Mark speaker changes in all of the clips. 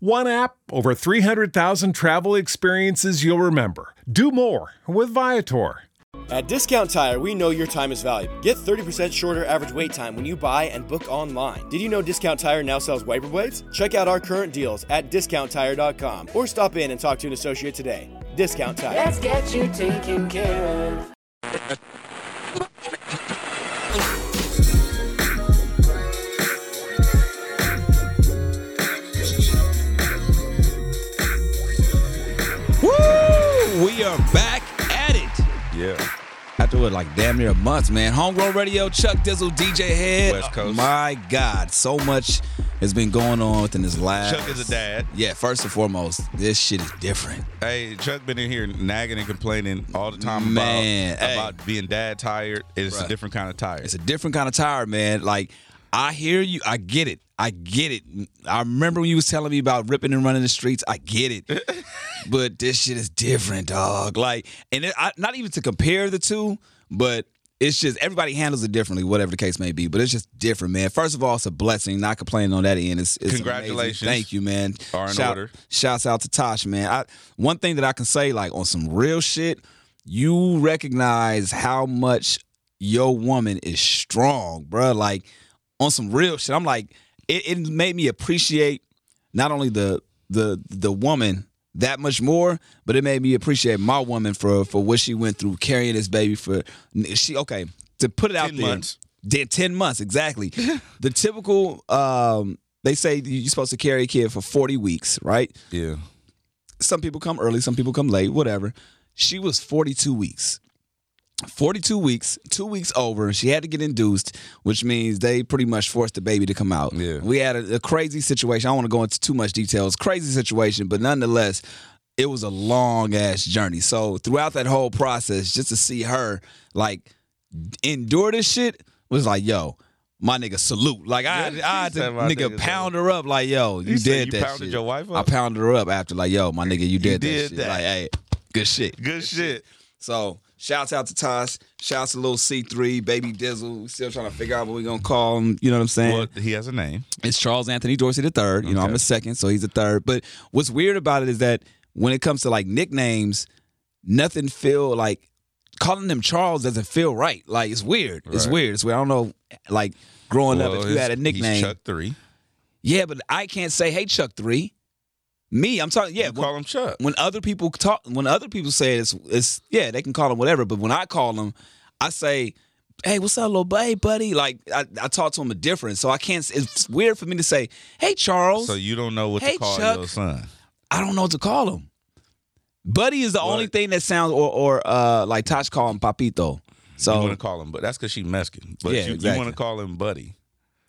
Speaker 1: One app, over 300,000 travel experiences you'll remember. Do more with Viator.
Speaker 2: At Discount Tire, we know your time is valuable. Get 30% shorter average wait time when you buy and book online. Did you know Discount Tire now sells wiper blades? Check out our current deals at discounttire.com or stop in and talk to an associate today. Discount Tire.
Speaker 3: Let's get you taken care of.
Speaker 4: Woo! We are back at it.
Speaker 5: Yeah.
Speaker 4: After what, like damn near a month, man. Homegrown Radio, Chuck Dizzle, DJ Head. Oh
Speaker 5: West Coast.
Speaker 4: My God, so much has been going on within this last.
Speaker 5: Chuck is a dad.
Speaker 4: Yeah, first and foremost, this shit is different.
Speaker 5: Hey, Chuck been in here nagging and complaining all the time
Speaker 4: Man,
Speaker 5: about,
Speaker 4: hey.
Speaker 5: about being dad tired. It's
Speaker 4: Bruh.
Speaker 5: a different kind of tired.
Speaker 4: It's a different kind of tire, man. Like, I hear you. I get it. I get it. I remember when you was telling me about ripping and running the streets. I get it. but this shit is different, dog. Like, and it, I, not even to compare the two, but it's just everybody handles it differently, whatever the case may be. But it's just different, man. First of all, it's a blessing. Not complaining on that end. It's, it's amazing.
Speaker 5: Congratulations.
Speaker 4: Thank you, man.
Speaker 5: Are in order.
Speaker 4: Shouts out to Tosh, man. I, one thing that I can say, like on some real shit, you recognize how much your woman is strong, bruh. Like on some real shit. I'm like, it, it made me appreciate not only the the the woman that much more, but it made me appreciate my woman for for what she went through carrying this baby for she okay to put it out
Speaker 5: 10
Speaker 4: there.
Speaker 5: months.
Speaker 4: Did ten months exactly. the typical um, they say you're supposed to carry a kid for forty weeks, right?
Speaker 5: yeah.
Speaker 4: some people come early, some people come late, whatever. She was 42 weeks. 42 weeks, two weeks over, she had to get induced, which means they pretty much forced the baby to come out.
Speaker 5: Yeah.
Speaker 4: We had a, a crazy situation. I don't want to go into too much details. Crazy situation, but nonetheless, it was a long ass journey. So throughout that whole process, just to see her like endure this shit was like, yo, my nigga salute. Like I,
Speaker 5: Yeah,
Speaker 4: I had
Speaker 5: she
Speaker 4: to
Speaker 5: said my
Speaker 4: nigga
Speaker 5: nigga
Speaker 4: pound her up. Like yo, you, did
Speaker 5: said you
Speaker 4: that.
Speaker 5: pounded
Speaker 4: shit.
Speaker 5: your wife up?
Speaker 4: I pounded her up after like, yo, my nigga, you did, that
Speaker 5: did
Speaker 4: shit.
Speaker 5: that.
Speaker 4: Like, hey, good shit.
Speaker 5: Good shit.
Speaker 4: So shouts out to Tosh. Shouts to little C3, baby Dizzle. We Still trying to figure out what we gonna call him. You know what I'm saying?
Speaker 5: Well, he has a name.
Speaker 4: it's Charles Anthony Dorsey the third. You know, I'm the second, so he's the third. But what's weird about it is that when it comes to like nicknames, nothing feel like calling him Charles doesn't feel right. Like it's weird. It's
Speaker 5: Right.
Speaker 4: weird. It's weird. I don't know. Like growing up,
Speaker 5: Well,
Speaker 4: if you had a
Speaker 5: he's-
Speaker 4: nickname,
Speaker 5: He's Chuck 3.
Speaker 4: yeah, but I can't say, "Hey, Chuck Three. Me, I'm talking. Yeah,
Speaker 5: You
Speaker 4: when-
Speaker 5: call him Chuck.
Speaker 4: when other people talk, when other people say it's, it's yeah, they can call him whatever. But when I call him, I say, "Hey, what's up, little babe, buddy?" Like I, I talk to him a different, so I can't. It's weird for me to say, "Hey, Charles."
Speaker 5: So you don't know what
Speaker 4: Hey,
Speaker 5: to call
Speaker 4: Chuck.
Speaker 5: your son.
Speaker 4: I don't know what to call him. Buddy is the only thing that sounds, or or uh, like Tosh call him Papito.
Speaker 5: You
Speaker 4: So
Speaker 5: want to call him, but that's because she's Mexican. But
Speaker 4: Yeah,
Speaker 5: you,
Speaker 4: exactly.
Speaker 5: want to call him Buddy.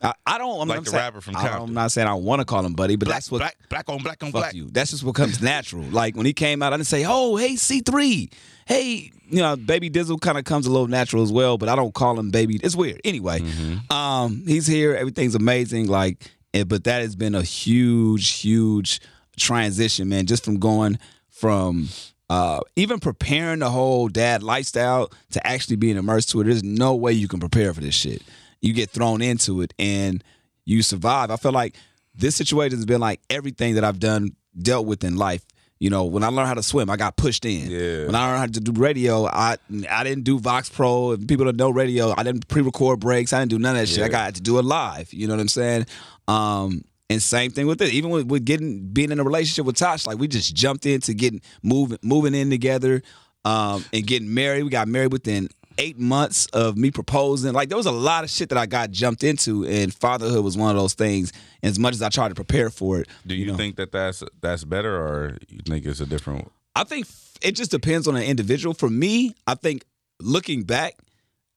Speaker 4: I, I don't. I'm,
Speaker 5: Like
Speaker 4: I'm
Speaker 5: the
Speaker 4: saying-
Speaker 5: rapper from
Speaker 4: I don't- I'm
Speaker 5: Compton.
Speaker 4: not saying I want to call him Buddy, but
Speaker 5: Black,
Speaker 4: that's what
Speaker 5: black, black on black on
Speaker 4: fuck
Speaker 5: black.
Speaker 4: you. That's just what comes natural. Like when he came out, I didn't say, "Oh, hey, C three, hey." You know, Baby Dizzle kind of comes a little natural as well, but I don't call him Baby. It's weird. Anyway, um, he's here. Everything's amazing. Like, eh, but that has been a huge, huge transition, man. Just from going from. Uh, even preparing the whole dad lifestyle to actually being immersed to it, there's no way you can prepare for this shit. You get thrown into it, and you survive. I feel like this situation has been like everything that I've done, dealt with in life. You know, when I learned how to swim, I got pushed in.
Speaker 5: Yeah.
Speaker 4: When I learned how to do radio, I I didn't do Vox Pro. If people don't know radio, I didn't pre-record breaks. I didn't do none of that shit. I got to do it live. You know what I'm saying? Um, and same thing with it. Even with, with getting being in a relationship with Tosh, like we just jumped into getting moving moving in together, um, and getting married. We got married within eight months of me proposing. Like there was a lot of shit that I got jumped into, and fatherhood was one of those things. As much as I tried to prepare for it,
Speaker 5: Do you,
Speaker 4: know.
Speaker 5: think that that's that's better, or you think it's a different?
Speaker 4: I think f- it just depends on an individual. For me, I think looking back,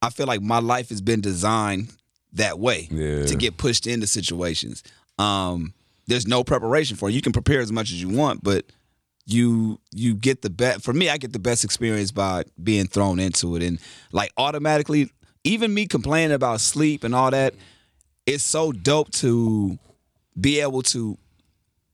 Speaker 4: I feel like my life has been designed that way
Speaker 5: Yeah.
Speaker 4: to get pushed into situations. Um, there's no preparation for it. You can prepare as much as you want, but you you get the best for me i get the best experience by being thrown into it and like automatically even me complaining about sleep and all that it's so dope to be able to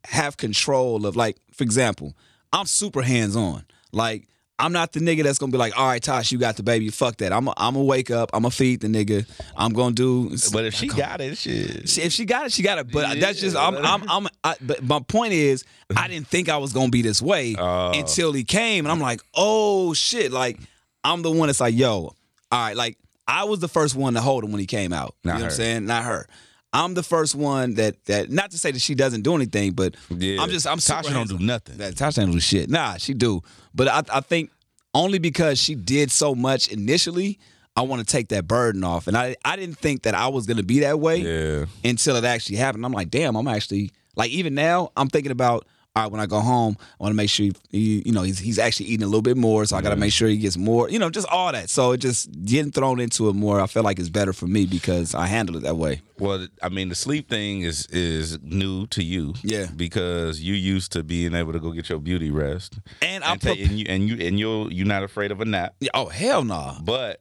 Speaker 4: have control of like for example i'm super hands on like i'm not the nigga that's gonna be like all right tosh you got the baby fuck that i'm i'm gonna wake up i'm gonna feed the nigga i'm gonna do
Speaker 5: But if she got it, shit.
Speaker 4: she- if she got it, she got it. But that's just
Speaker 5: Yeah.
Speaker 4: I'm I'm I'm. I, but my point is, I didn't think I was gonna be this way
Speaker 5: Oh.
Speaker 4: until he came, and I'm like, oh shit! Like I'm the one that's like, yo, all right. Like I was the first one to hold him when he came out. you know
Speaker 5: Not
Speaker 4: what I'm
Speaker 5: her.
Speaker 4: saying? Not her. I'm the first one that that not to say that she doesn't do anything, but
Speaker 5: Yeah.
Speaker 4: I'm just I'm super
Speaker 5: Tasha don't do
Speaker 4: hands-on.
Speaker 5: nothing.
Speaker 4: That Tasha don't do shit. Nah, she do. But I I think only because she did so much initially, I want to take that burden off. And I I didn't think that I was gonna be that way
Speaker 5: Yeah.
Speaker 4: until it actually happened. I'm like, damn, I'm actually like even now I'm thinking about all right, when I go home, I want to make sure he, you know he's he's actually eating a little bit more, so I got to make sure he gets more, you know, just all that. So it just getting thrown into it more, I feel like it's better for me because I handle it that way.
Speaker 5: Well, I mean, the sleep thing is is new to you,
Speaker 4: Yeah.
Speaker 5: because you used to being able to go get your beauty rest,
Speaker 4: And I
Speaker 5: and, ta-
Speaker 4: prep-
Speaker 5: and you and you and you're you're not afraid of a nap,
Speaker 4: Yeah, Oh hell no! Nah.
Speaker 5: but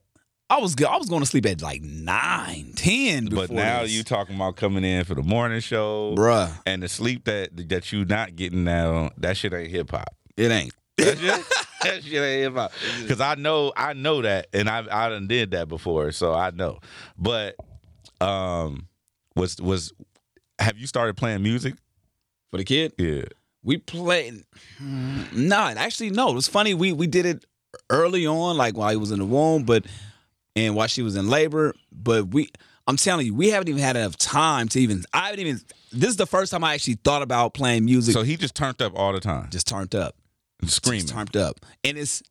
Speaker 4: I was go- I was going to sleep at like nine, ten. Before
Speaker 5: but now
Speaker 4: this.
Speaker 5: you talking about coming in for the morning show,
Speaker 4: bruh,
Speaker 5: and the sleep that that you not getting now, that shit ain't hip hop.
Speaker 4: it ain't.
Speaker 5: That shit, that shit ain't hip hop. Cause I know, I know that, and I I done did that before, so I know. But um, was was have you started playing music?
Speaker 4: For the kid,
Speaker 5: Yeah.
Speaker 4: we played. Nah, actually, no. It was funny. We we did it early on, like while he was in the womb, but and while she was in labor. But we, I'm telling you, we haven't even had enough time to even. I haven't even. This is the first time I actually thought about playing music.
Speaker 5: So he just turned up all the time,
Speaker 4: just turned up,
Speaker 5: just screaming.
Speaker 4: just turned up, and it's.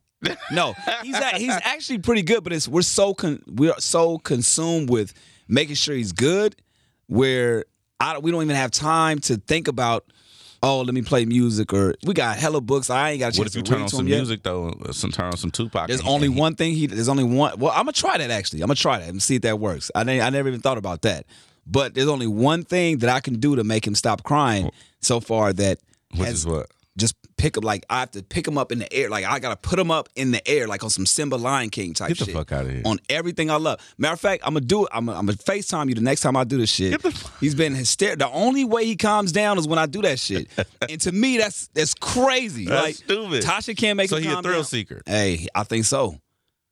Speaker 4: no, he's at, he's actually pretty good, but it's we're so con, we are so consumed with making sure he's good, where I don't- we don't even have time to think about, oh, let me play music or we got hella books. I ain't got a
Speaker 5: what
Speaker 4: chance
Speaker 5: if you
Speaker 4: to
Speaker 5: turn
Speaker 4: read
Speaker 5: on
Speaker 4: to
Speaker 5: some
Speaker 4: him yet.
Speaker 5: music though? uh, Some turn on some Tupac.
Speaker 4: There's
Speaker 5: and-
Speaker 4: only
Speaker 5: and he-
Speaker 4: one thing he. There's only one. Well, I'm gonna try that actually. I'm gonna try that and see if that works. I didn't, I never even thought about that. But there's only one thing that I can do to make him stop crying so far that
Speaker 5: Which
Speaker 4: has-
Speaker 5: is what?
Speaker 4: just pick him like I have to pick him up in the air. Like I gotta put him up in the air, like on some Simba Lion King type
Speaker 5: Get the
Speaker 4: shit.
Speaker 5: fuck outta here.
Speaker 4: On everything I love. Matter of fact, I'm gonna do it. I'm gonna, I'm gonna FaceTime you the next time I do this shit. He's been hysterical. The only way he calms down is when I do that shit. and to me, that's that's crazy.
Speaker 5: That's
Speaker 4: like
Speaker 5: stupid.
Speaker 4: Tasha can't make
Speaker 5: So
Speaker 4: him
Speaker 5: he a
Speaker 4: calm
Speaker 5: thrill
Speaker 4: down.
Speaker 5: seeker.
Speaker 4: Hey, I think so.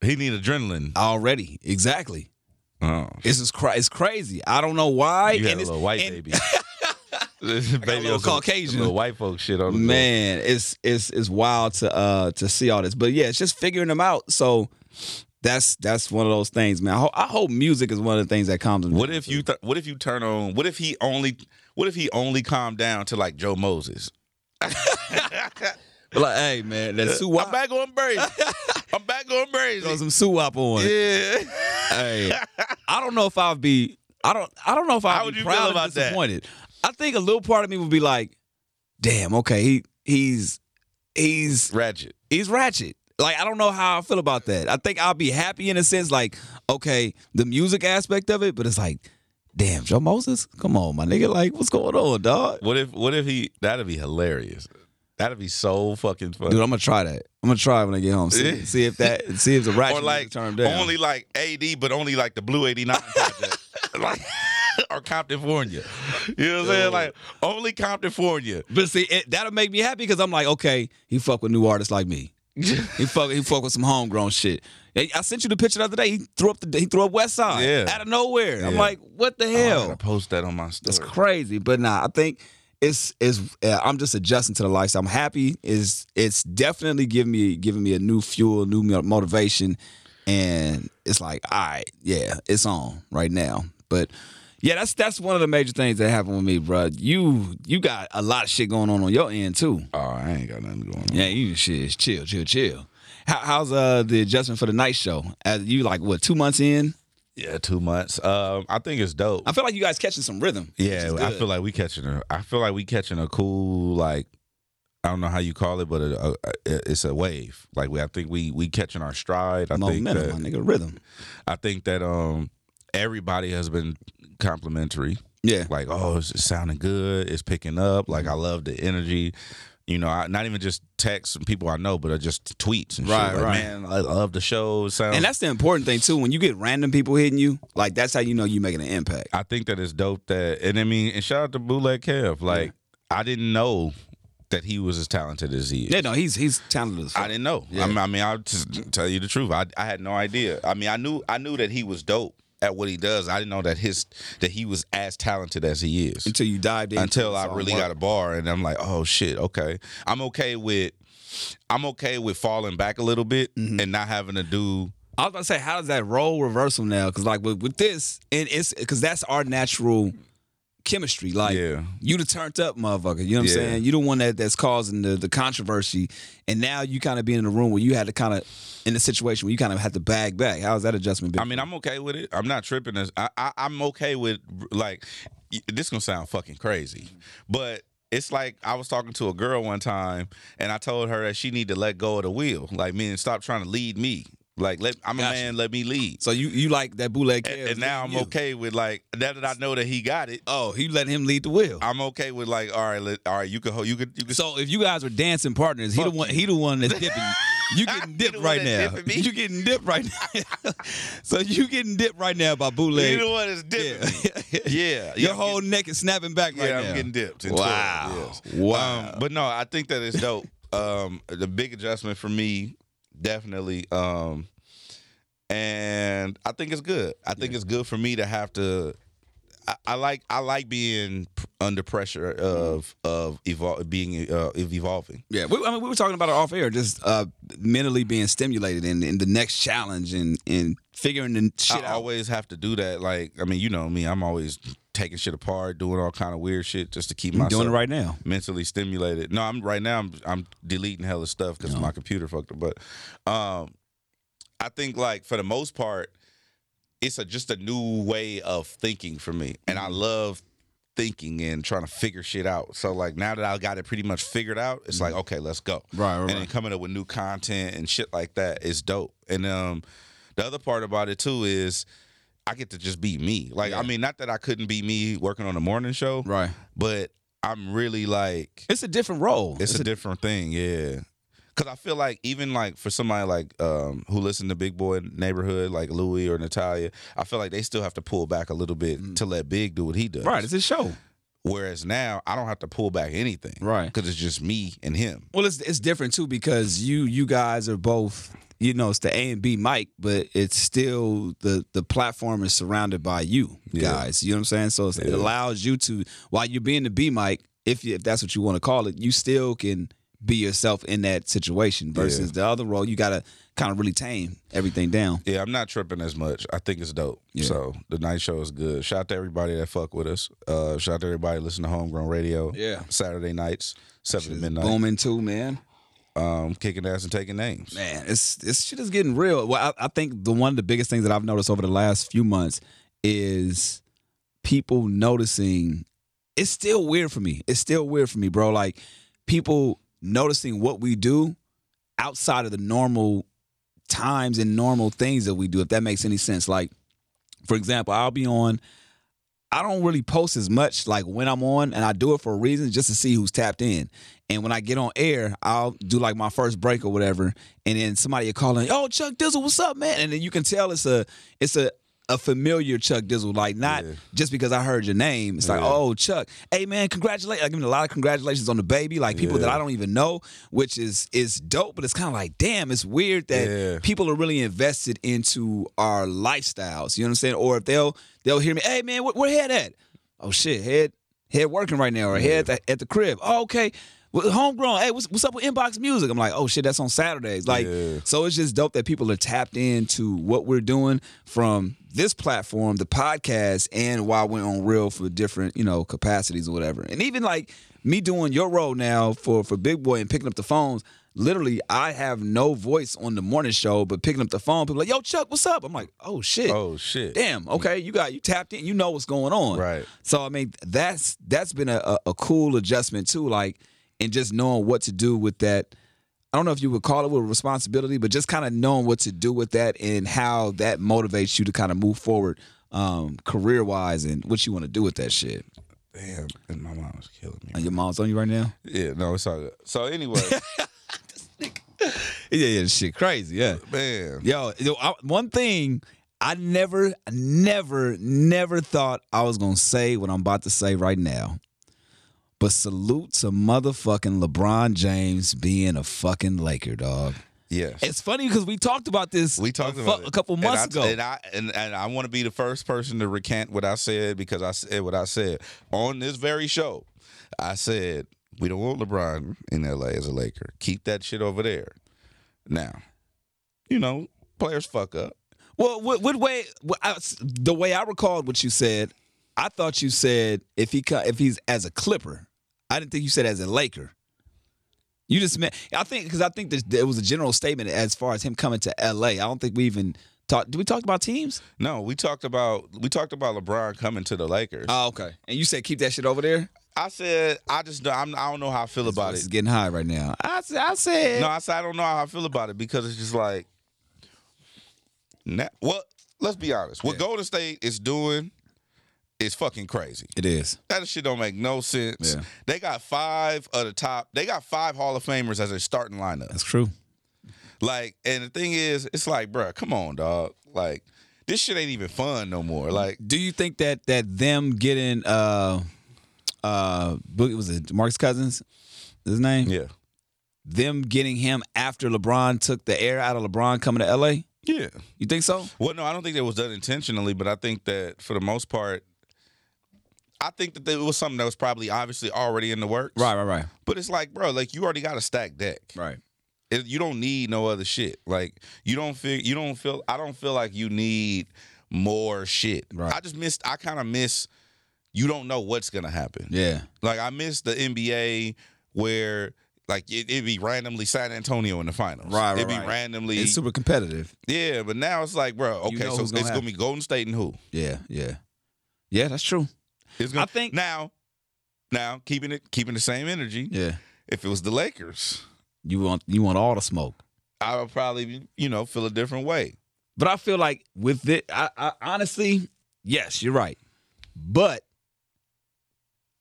Speaker 5: He need adrenaline.
Speaker 4: Already. Exactly.
Speaker 5: Oh,
Speaker 4: This is cra- it's crazy. I don't know why.
Speaker 5: you had a
Speaker 4: it's-
Speaker 5: little white
Speaker 4: and-
Speaker 5: baby. baby
Speaker 4: little
Speaker 5: on some-
Speaker 4: Caucasian.
Speaker 5: little white folk shit on the
Speaker 4: man it's it's it's wild to uh to see all this but yeah it's just figuring them out so that's that's one of those things man i, ho- I hope music is one of the things that calms them
Speaker 5: What
Speaker 4: down.
Speaker 5: if you? Th- what if you turn on? What if he only? What if he only calmed down to like Joe Moses?
Speaker 4: But like hey man that
Speaker 5: I'm
Speaker 4: suwap
Speaker 5: back on brazy. I'm back on
Speaker 4: throw
Speaker 5: brazy.
Speaker 4: some suwap on
Speaker 5: Yeah.
Speaker 4: hey i don't know if i'd be i don't i don't know if i'd
Speaker 5: How would
Speaker 4: be
Speaker 5: you
Speaker 4: proud
Speaker 5: feel
Speaker 4: or
Speaker 5: about that?
Speaker 4: disappointed i think a little part of me would be like damn okay he he's he's
Speaker 5: Ratchet.
Speaker 4: he's ratchet. Like I don't know how I feel about that. I think I'll be happy in a sense, like okay, the music aspect of it, but it's like, damn, Joe Moses, come on, my nigga, like what's going on, dog?
Speaker 5: What if? What if he? That'd be hilarious. That'd be so fucking funny.
Speaker 4: Dude, I'm gonna try that. I'm gonna try it when I get home. See, see if that, see if the ratchet
Speaker 5: or like
Speaker 4: turn down.
Speaker 5: only like AD, but only like the Blue eighty nine project, like or Compton, California. You know what I'm saying? Like only Compton, California.
Speaker 4: but see, it, that'll make me happy because I'm like, okay, he fuck with new artists like me. He fuck, he fuck with some homegrown shit. Hey, I sent you the picture the other day. He threw up the, he threw up West Side
Speaker 5: Yeah.
Speaker 4: out of nowhere. I'm
Speaker 5: Yeah.
Speaker 4: like, what the
Speaker 5: Oh,
Speaker 4: hell?
Speaker 5: I gotta post that on my story.
Speaker 4: It's crazy, but nah, I think it's it's uh, I'm just adjusting to the lifestyle. I'm happy. Is it's definitely giving me giving me a new fuel, new mo- motivation, and it's like, all right, yeah, it's on right now. But yeah, that's that's one of the major things that happened with me, bro. You you got a lot of shit going on on your end too.
Speaker 5: Oh, I ain't got nothing going on.
Speaker 4: Yeah, you shit, chill, chill, chill. How, how's uh the adjustment for the night show? As you like what two months in?
Speaker 5: Yeah, two months. Um, I think it's dope.
Speaker 4: I feel like you guys catching some rhythm. which is
Speaker 5: Yeah, I
Speaker 4: good.
Speaker 5: feel like we catching a. I feel like we catching a cool like. I don't know how you call it, but a, a, a- it's a wave. Like we, I think we we catching our stride. I
Speaker 4: momentum,
Speaker 5: think that
Speaker 4: my nigga, rhythm.
Speaker 5: I think that um everybody has been complimentary.
Speaker 4: Yeah.
Speaker 5: Like oh, it's, it's sounding good. It's picking up. Like I love the energy. You know, I, not even just texts and people I know, but uh, just tweets and
Speaker 4: Right,
Speaker 5: shit. Like,
Speaker 4: right.
Speaker 5: man, I love the show. It Sounds
Speaker 4: And that's the important thing too. When you get random people hitting you, like that's how you know you're making an impact.
Speaker 5: I think that it's dope that, and I mean, and shout out to Bootleg Kev. Like, I didn't know that he was as talented as he is.
Speaker 4: Yeah, no, he's he's talented. As fuck.
Speaker 5: I didn't know.
Speaker 4: Yeah.
Speaker 5: I, mean, I mean, I'll just tell you the truth. I, I had no idea. I mean, I knew I knew that he was dope at what he does. I didn't know that his that he was as talented as he is
Speaker 4: until you dived in.
Speaker 5: until I really got a bar and I'm like, oh shit, okay. I'm okay with I'm okay with falling back a little bit
Speaker 4: Mm-hmm.
Speaker 5: and not having to do
Speaker 4: I was about to say, how does that role reversal now? Because like with, with this, and it's because that's our natural chemistry. Like
Speaker 5: Yeah.
Speaker 4: you the turned up motherfucker. You know what
Speaker 5: Yeah.
Speaker 4: I'm saying? You the one that, that's causing the, the controversy, and now you kind of be in the room where you had to kind of in the situation where you kind of had to bag back. How's that adjustment been?
Speaker 5: I mean, I'm okay with it. I'm not tripping. As, I, I, I'm okay with like y- this. Gonna sound fucking crazy, but it's like I was talking to a girl one time, and I told her that she need to let go of the wheel. Like, man, stop trying to lead me. Like, let I'm
Speaker 4: Gotcha.
Speaker 5: a man. Let me lead.
Speaker 4: so you you like that bootleg?
Speaker 5: and,
Speaker 4: Kev,
Speaker 5: and now I'm
Speaker 4: you.
Speaker 5: okay with like now that I know that he got it.
Speaker 4: Oh, he let him lead the wheel.
Speaker 5: I'm okay with like all right, let, all right. You could ho- you could you could.
Speaker 4: So if you guys were dancing partners, he the
Speaker 5: Fuck
Speaker 4: one he the one that's dipping. You
Speaker 5: He
Speaker 4: getting
Speaker 5: the
Speaker 4: dipped
Speaker 5: one
Speaker 4: right
Speaker 5: that
Speaker 4: now.
Speaker 5: dipping me.
Speaker 4: You getting dipped right now. so you getting dipped right now by bootleg.
Speaker 5: you know what? It's different.
Speaker 4: Yeah.
Speaker 5: Yeah,
Speaker 4: Your
Speaker 5: yeah,
Speaker 4: whole neck is snapping back right
Speaker 5: yeah,
Speaker 4: now.
Speaker 5: I'm getting dipped. and
Speaker 4: Wow.
Speaker 5: twirled, yes.
Speaker 4: Wow.
Speaker 5: Um, but no, I think that it's dope. um, the big adjustment for me, definitely. Um, and I think it's good. I think it's good for me to have to. I, I like I like being p- under pressure of of evol- being uh, of evolving.
Speaker 4: yeah, we, I mean, we were talking about it off air, just uh, mentally being stimulated and, and the next challenge and, and figuring the shit
Speaker 5: I
Speaker 4: out.
Speaker 5: always have to do that. Like I mean, you know me. I'm always taking shit apart, doing all kind of weird shit just to keep
Speaker 4: I'm
Speaker 5: myself
Speaker 4: doing it right now.
Speaker 5: mentally stimulated. No, I'm right now. I'm I'm deleting hella stuff because my computer fucked up. But um, I think like for the most part, it's a just a new way of thinking for me, and I love thinking and trying to figure shit out. So like now that I got it pretty much figured out, it's like okay, let's go.
Speaker 4: Right, right,
Speaker 5: And then
Speaker 4: right.
Speaker 5: coming up with new content and shit like that is dope. And um, the other part about it too is. I get to just be me. Like, I mean, not that I couldn't be me working on the morning show,
Speaker 4: Right.
Speaker 5: but I'm really like
Speaker 4: It's a different role.
Speaker 5: it's a different thing, yeah. Cause I feel like even like for somebody like um who listen to Big Boy Neighborhood like Louis or Natalia, I feel like they still have to pull back a little bit to let Big do what he does.
Speaker 4: Mm. right. It's a show.
Speaker 5: Whereas now I don't have to pull back anything,
Speaker 4: Right.
Speaker 5: Because it's just me and him.
Speaker 4: Well, it's it's different too because you you guys are both you know it's the A and B mic, but it's still the the platform is surrounded by you guys. You know what I'm saying? So it's, it allows you to while you're being the B mic, if you, if that's what you want to call it, you still can be yourself in that situation. Versus the other role, you gotta kind of really tame everything down.
Speaker 5: Yeah, I'm not tripping as much. I think it's dope. So the night show is good. Shout out to everybody that fuck with us. Uh, shout out to everybody listening to Homegrown Radio.
Speaker 4: Yeah.
Speaker 5: Saturday nights, seven to midnight.
Speaker 4: Booming too, man.
Speaker 5: Um, kicking ass and taking names.
Speaker 4: Man, it's this shit is getting real. Well, I, I think the one of the biggest things that I've noticed over the last few months is people noticing. It's still weird for me. It's still weird for me, bro. Like people noticing what we do outside of the normal times and normal things that we do. If that makes any sense, like for example, I'll be on. I don't really post as much like when I'm on, and I do it for a reason just to see who's tapped in. And when I get on air, I'll do like my first break or whatever, and then somebody will call in, "Oh, Chuck Dizzle, what's up, man?" And then you can tell it's a it's a a familiar Chuck Dizzle, like not just because I heard your name. It's like, "Oh, Chuck, hey man, congratulations!" I give me a lot of congratulations on the baby, like people that I don't even know, which is is dope. But it's kind of like, damn, it's weird that
Speaker 5: Yeah.
Speaker 4: people are really invested into our lifestyles. You know what I'm saying? Or if they'll they'll hear me, hey man, where, where head at? Oh shit, head head working right now, or head at the, at the crib. Oh, okay. Well, homegrown. Hey, what's, what's up with inbox music? I'm like, oh shit, that's on Saturdays. Like, so it's just dope that people are tapped into what we're doing from this platform, the podcast, and why we're on real for different, you know, capacities or whatever. And even like me doing your role now for for Big Boy and picking up the phones. Literally, I have no voice on the morning show, but picking up the phone, people like, "Yo, Chuck, what's up?" I'm like, "Oh shit,
Speaker 5: Oh shit.
Speaker 4: damn okay you got you tapped in you know what's going on
Speaker 5: Right.
Speaker 4: so i mean that's that's been a, a, a cool adjustment too like and just knowing what to do with that i don't know if you would call it with responsibility but just kind of knowing what to do with that and how that motivates you to kind of move forward um career wise and what you want to do with that shit
Speaker 5: damn, and my mom was killing me.
Speaker 4: And your mom's on you right now?
Speaker 5: Yeah, no, it's all good. So anyway,
Speaker 4: Yeah, yeah, shit, crazy, yeah.
Speaker 5: man,
Speaker 4: Yo, yo I, one thing I never, never, never thought I was gonna say what I'm about to say right now. But salute to motherfucking LeBron James being a fucking Laker, dog.
Speaker 5: yes,
Speaker 4: It's funny because we talked about this.
Speaker 5: we talked
Speaker 4: a, fu-
Speaker 5: about it.
Speaker 4: a couple
Speaker 5: And
Speaker 4: months ago.
Speaker 5: I- and I and, and I want to be the first person to recant what I said because I said what I said on this very show. I said we don't want LeBron in L.A. as a Laker. Keep that shit over there. Now, you know, players fuck up.
Speaker 4: well, what, what way? What, I, the way I recalled what you said, I thought you said if he co- if he's as a Clipper. I didn't think you said as a Laker. You just meant I think because I think that it was a general statement as far as him coming to L.A. I don't think we even talked. Did we talk about teams?
Speaker 5: No, we talked about we talked about LeBron coming to the Lakers.
Speaker 4: Oh, okay. And you said keep that shit over there.
Speaker 5: I said I just don't- I'm, I don't know how I feel about
Speaker 4: It's
Speaker 5: it.
Speaker 4: getting high right now. I said. I said.
Speaker 5: No, I said I don't know how I feel about it because it's just like, na well, let's be honest. What Golden State is doing is fucking crazy.
Speaker 4: It is.
Speaker 5: That shit don't make no sense.
Speaker 4: Yeah.
Speaker 5: They got five of the top. They got five Hall of Famers as their starting lineup.
Speaker 4: That's true.
Speaker 5: Like, and the thing is, it's like, bruh, come on, dog. Like, this shit ain't even fun no more. Like,
Speaker 4: Do you think that that them getting uh uh Boogie was it Mark's cousins? His name?
Speaker 5: yeah,
Speaker 4: Them getting him after LeBron took the air out of LeBron coming to LA?
Speaker 5: yeah.
Speaker 4: You think so?
Speaker 5: Well, no, I don't think that was done intentionally, but I think that for the most part, I think that it was something that was probably obviously already in the works.
Speaker 4: right, right.
Speaker 5: But it's like, bro, like you already got a stacked deck.
Speaker 4: Right.
Speaker 5: It- you don't need no other shit. Like you don't feel you don't feel I don't feel like you need more shit.
Speaker 4: Right.
Speaker 5: I just missed I kind of miss you don't know what's gonna happen.
Speaker 4: Yeah.
Speaker 5: Like I miss the NBA where like it, it'd be randomly San Antonio in the finals.
Speaker 4: Right, right,
Speaker 5: It'd be
Speaker 4: right.
Speaker 5: randomly
Speaker 4: It's super competitive.
Speaker 5: yeah, but now it's like, bro, okay,
Speaker 4: You know
Speaker 5: so
Speaker 4: who's
Speaker 5: it's
Speaker 4: gonna
Speaker 5: gonna
Speaker 4: happen.
Speaker 5: be Golden State and who?
Speaker 4: Yeah, yeah. Yeah, that's true.
Speaker 5: It's gonna,
Speaker 4: I think-
Speaker 5: now, now keeping it keeping the same energy.
Speaker 4: Yeah.
Speaker 5: If it was the Lakers,
Speaker 4: You want you want all the smoke.
Speaker 5: I would probably you know feel a different way.
Speaker 4: But I feel like with it, I, I honestly, yes, you're right. But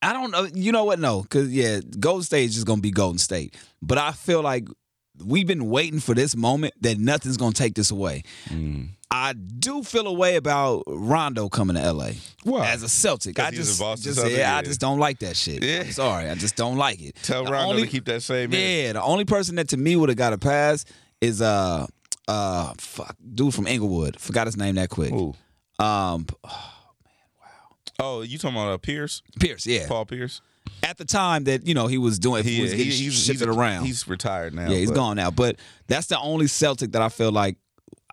Speaker 4: I don't know. You know what? No, because yeah, Golden State is just gonna be Golden State. But I feel like we've been waiting for this moment that nothing's gonna take this away.
Speaker 5: Mm.
Speaker 4: I do feel a way about Rondo coming to LA
Speaker 5: Why?
Speaker 4: as a Celtic.
Speaker 5: 'Cause
Speaker 4: I
Speaker 5: he's a
Speaker 4: just,
Speaker 5: Boston
Speaker 4: just
Speaker 5: Celtic,
Speaker 4: yeah,
Speaker 5: yeah.
Speaker 4: I just don't like that shit.
Speaker 5: Yeah.
Speaker 4: I'm sorry, I just don't like it.
Speaker 5: Tell
Speaker 4: The
Speaker 5: Rondo
Speaker 4: only-
Speaker 5: to keep that same energy.
Speaker 4: yeah, the only person that to me would have got a pass is uh uh fuck dude from Englewood. Forgot his name that quick.
Speaker 5: Who?
Speaker 4: Um
Speaker 5: Oh, you talking about uh, Pierce?
Speaker 4: Pierce, yeah.
Speaker 5: Paul Pierce?
Speaker 4: At the time that, you know, he was doing he, was getting shifted
Speaker 5: he's-
Speaker 4: around.
Speaker 5: He's retired now.
Speaker 4: yeah, he's
Speaker 5: but-
Speaker 4: gone now. But that's the only Celtic that I feel like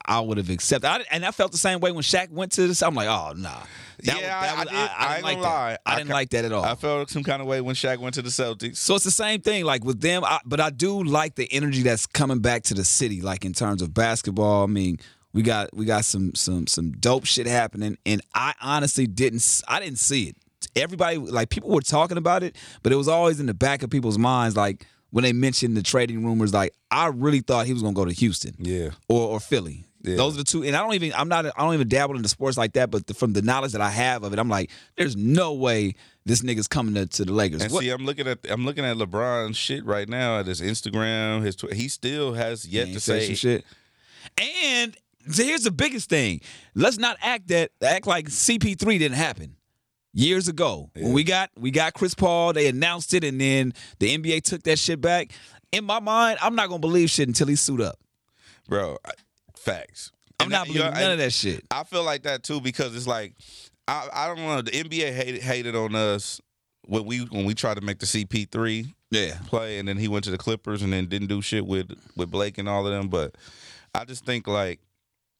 Speaker 4: I would have accepted. I, and I felt the same way when Shaq went to this. I'm like, oh nah.
Speaker 5: Yeah, I- I did- I ain't
Speaker 4: like
Speaker 5: gonna lie.
Speaker 4: that. I
Speaker 5: I
Speaker 4: didn't
Speaker 5: ca-
Speaker 4: like that at all.
Speaker 5: I felt some kind of way when Shaq went to the Celtics.
Speaker 4: So it's the same thing, like with them. I, but I do like the energy that's coming back to the city, like in terms of basketball. I mean, we got we got some some some dope shit happening, and I honestly didn't s- I didn't see it. Everybody like people were talking about it, but it was always in the back of people's minds. Like when they mentioned the trading rumors, like I really thought he was gonna go to Houston
Speaker 5: Yeah.
Speaker 4: or or Philly. Those are the two, and I don't even I'm not I don't even dabble into sports like that. But the, from the knowledge that I have of it, I'm like, there's no way this nigga's coming to, to the Lakers.
Speaker 5: And
Speaker 4: What-
Speaker 5: see, I'm looking at I'm looking at LeBron's shit right now at his Instagram, his Twitter. He still has yet
Speaker 4: Man,
Speaker 5: to
Speaker 4: say
Speaker 5: say
Speaker 4: some shit. And so here's the biggest thing. Let's not act that act like CP3 didn't happen years ago. When we got we got Chris Paul, they announced it, and then the NBA took that shit back. In my mind, I'm not gonna believe shit until he suit up.
Speaker 5: bro. I- Facts.
Speaker 4: I'm
Speaker 5: And
Speaker 4: not
Speaker 5: that- you know,
Speaker 4: believing none
Speaker 5: and-
Speaker 4: of that shit.
Speaker 5: I feel like that too because it's like I, I don't know. The NBA hated, hated on us when we when we tried to make the CP three
Speaker 4: Yeah.
Speaker 5: play, and then he went to the Clippers, and then didn't do shit with with Blake and all of them. But I just think like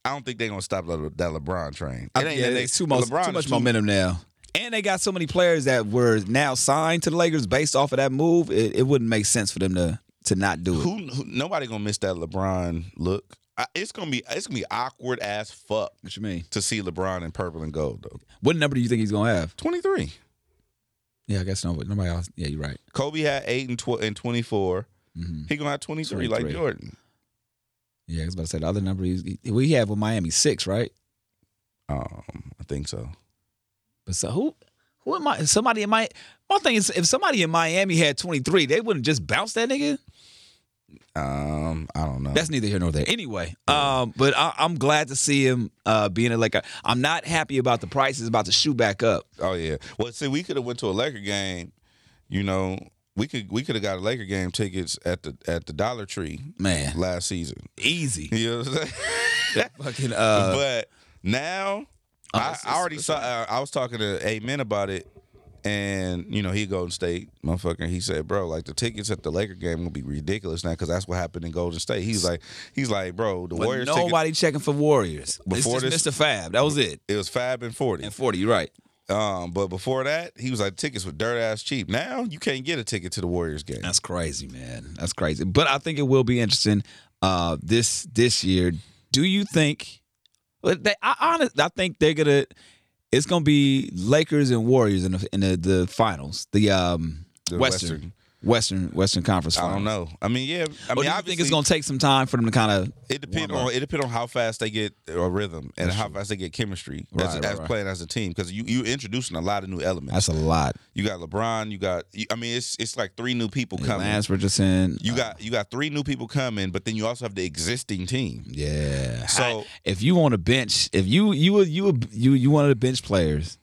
Speaker 5: I don't think they're gonna stop Le- that LeBron train. It ain't
Speaker 4: yeah,
Speaker 5: that they-
Speaker 4: it's too much,
Speaker 5: LeBron
Speaker 4: too
Speaker 5: is
Speaker 4: much momentum now. And they got so many players that were now signed to the Lakers based off of that move. It, it wouldn't make sense for them to to not do it.
Speaker 5: Who, who nobody gonna miss that LeBron look. I, it's gonna be it's gonna be awkward as fuck
Speaker 4: What you mean?
Speaker 5: to see LeBron in purple and gold though.
Speaker 4: What number do you think he's gonna have?
Speaker 5: Twenty three.
Speaker 4: Yeah, I guess no, but nobody else. Yeah, you're right.
Speaker 5: Kobe had eight and tw- and twenty four.
Speaker 4: Mhm.
Speaker 5: He gonna have twenty three like
Speaker 4: 23.
Speaker 5: Jordan.
Speaker 4: Yeah, I was about to say the other number is we have with Miami six, right?
Speaker 5: Um, I think so.
Speaker 4: But so who Who am I? Somebody in my my thing is if somebody in Miami had 23, they wouldn't just bounce that nigga.
Speaker 5: Um, I don't know.
Speaker 4: That's neither here nor there. Anyway, um, but I, I'm glad to see him uh, being a like i I'm not happy about the prices about to shoot back up.
Speaker 5: Oh yeah. Well, see, we could have went to a Laker game. You know, we could we could have got a Laker game tickets at the at the Dollar Tree
Speaker 4: Man.
Speaker 5: last season.
Speaker 4: Easy.
Speaker 5: You know what I'm saying?
Speaker 4: Fucking uh, oh,
Speaker 5: but now, I, I already saw. Uh, I was talking to Amen about it, and you know he Golden State motherfucker. He said, "Bro, like the tickets at the Laker game will be ridiculous now because that's what happened in Golden State." He's like, he's like, bro, the
Speaker 4: but
Speaker 5: Warriors ticket
Speaker 4: nobody checking for Warriors.
Speaker 5: Before
Speaker 4: Before
Speaker 5: this-
Speaker 4: this, Mr. Fab. That was it.
Speaker 5: it was five and forty.
Speaker 4: And 40, you're right.
Speaker 5: Um, but before that, he was like tickets were dirt ass cheap. Now you can't get a ticket to the Warriors game.
Speaker 4: That's crazy, man. That's crazy. But I think it will be interesting uh, this this year. Do you think? but They, I honest, I think they're gonna. It's gonna be Lakers and Warriors in the in the, the finals. The um
Speaker 5: The
Speaker 4: Western Western Western Conference.
Speaker 5: I
Speaker 4: Finals.
Speaker 5: don't know. I mean, yeah. I
Speaker 4: I mean,
Speaker 5: mean,
Speaker 4: do
Speaker 5: I
Speaker 4: you think it's gonna take some time for them to kind of.
Speaker 5: It depends
Speaker 4: warm
Speaker 5: on
Speaker 4: up?
Speaker 5: it depends on how fast they get a rhythm and how fast they get chemistry as,
Speaker 4: Right, right,
Speaker 5: as
Speaker 4: right.
Speaker 5: playing as a team because you you introducing a lot of new elements.
Speaker 4: That's a lot.
Speaker 5: you got LeBron. You got. you- I mean, it's it's like three new people coming.
Speaker 4: Lance uh, Richardson.
Speaker 5: you got you got three new people coming, but then you also have the existing team.
Speaker 4: yeah.
Speaker 5: So-
Speaker 4: if you want to bench, if you you were- you were- you you wanted to bench players,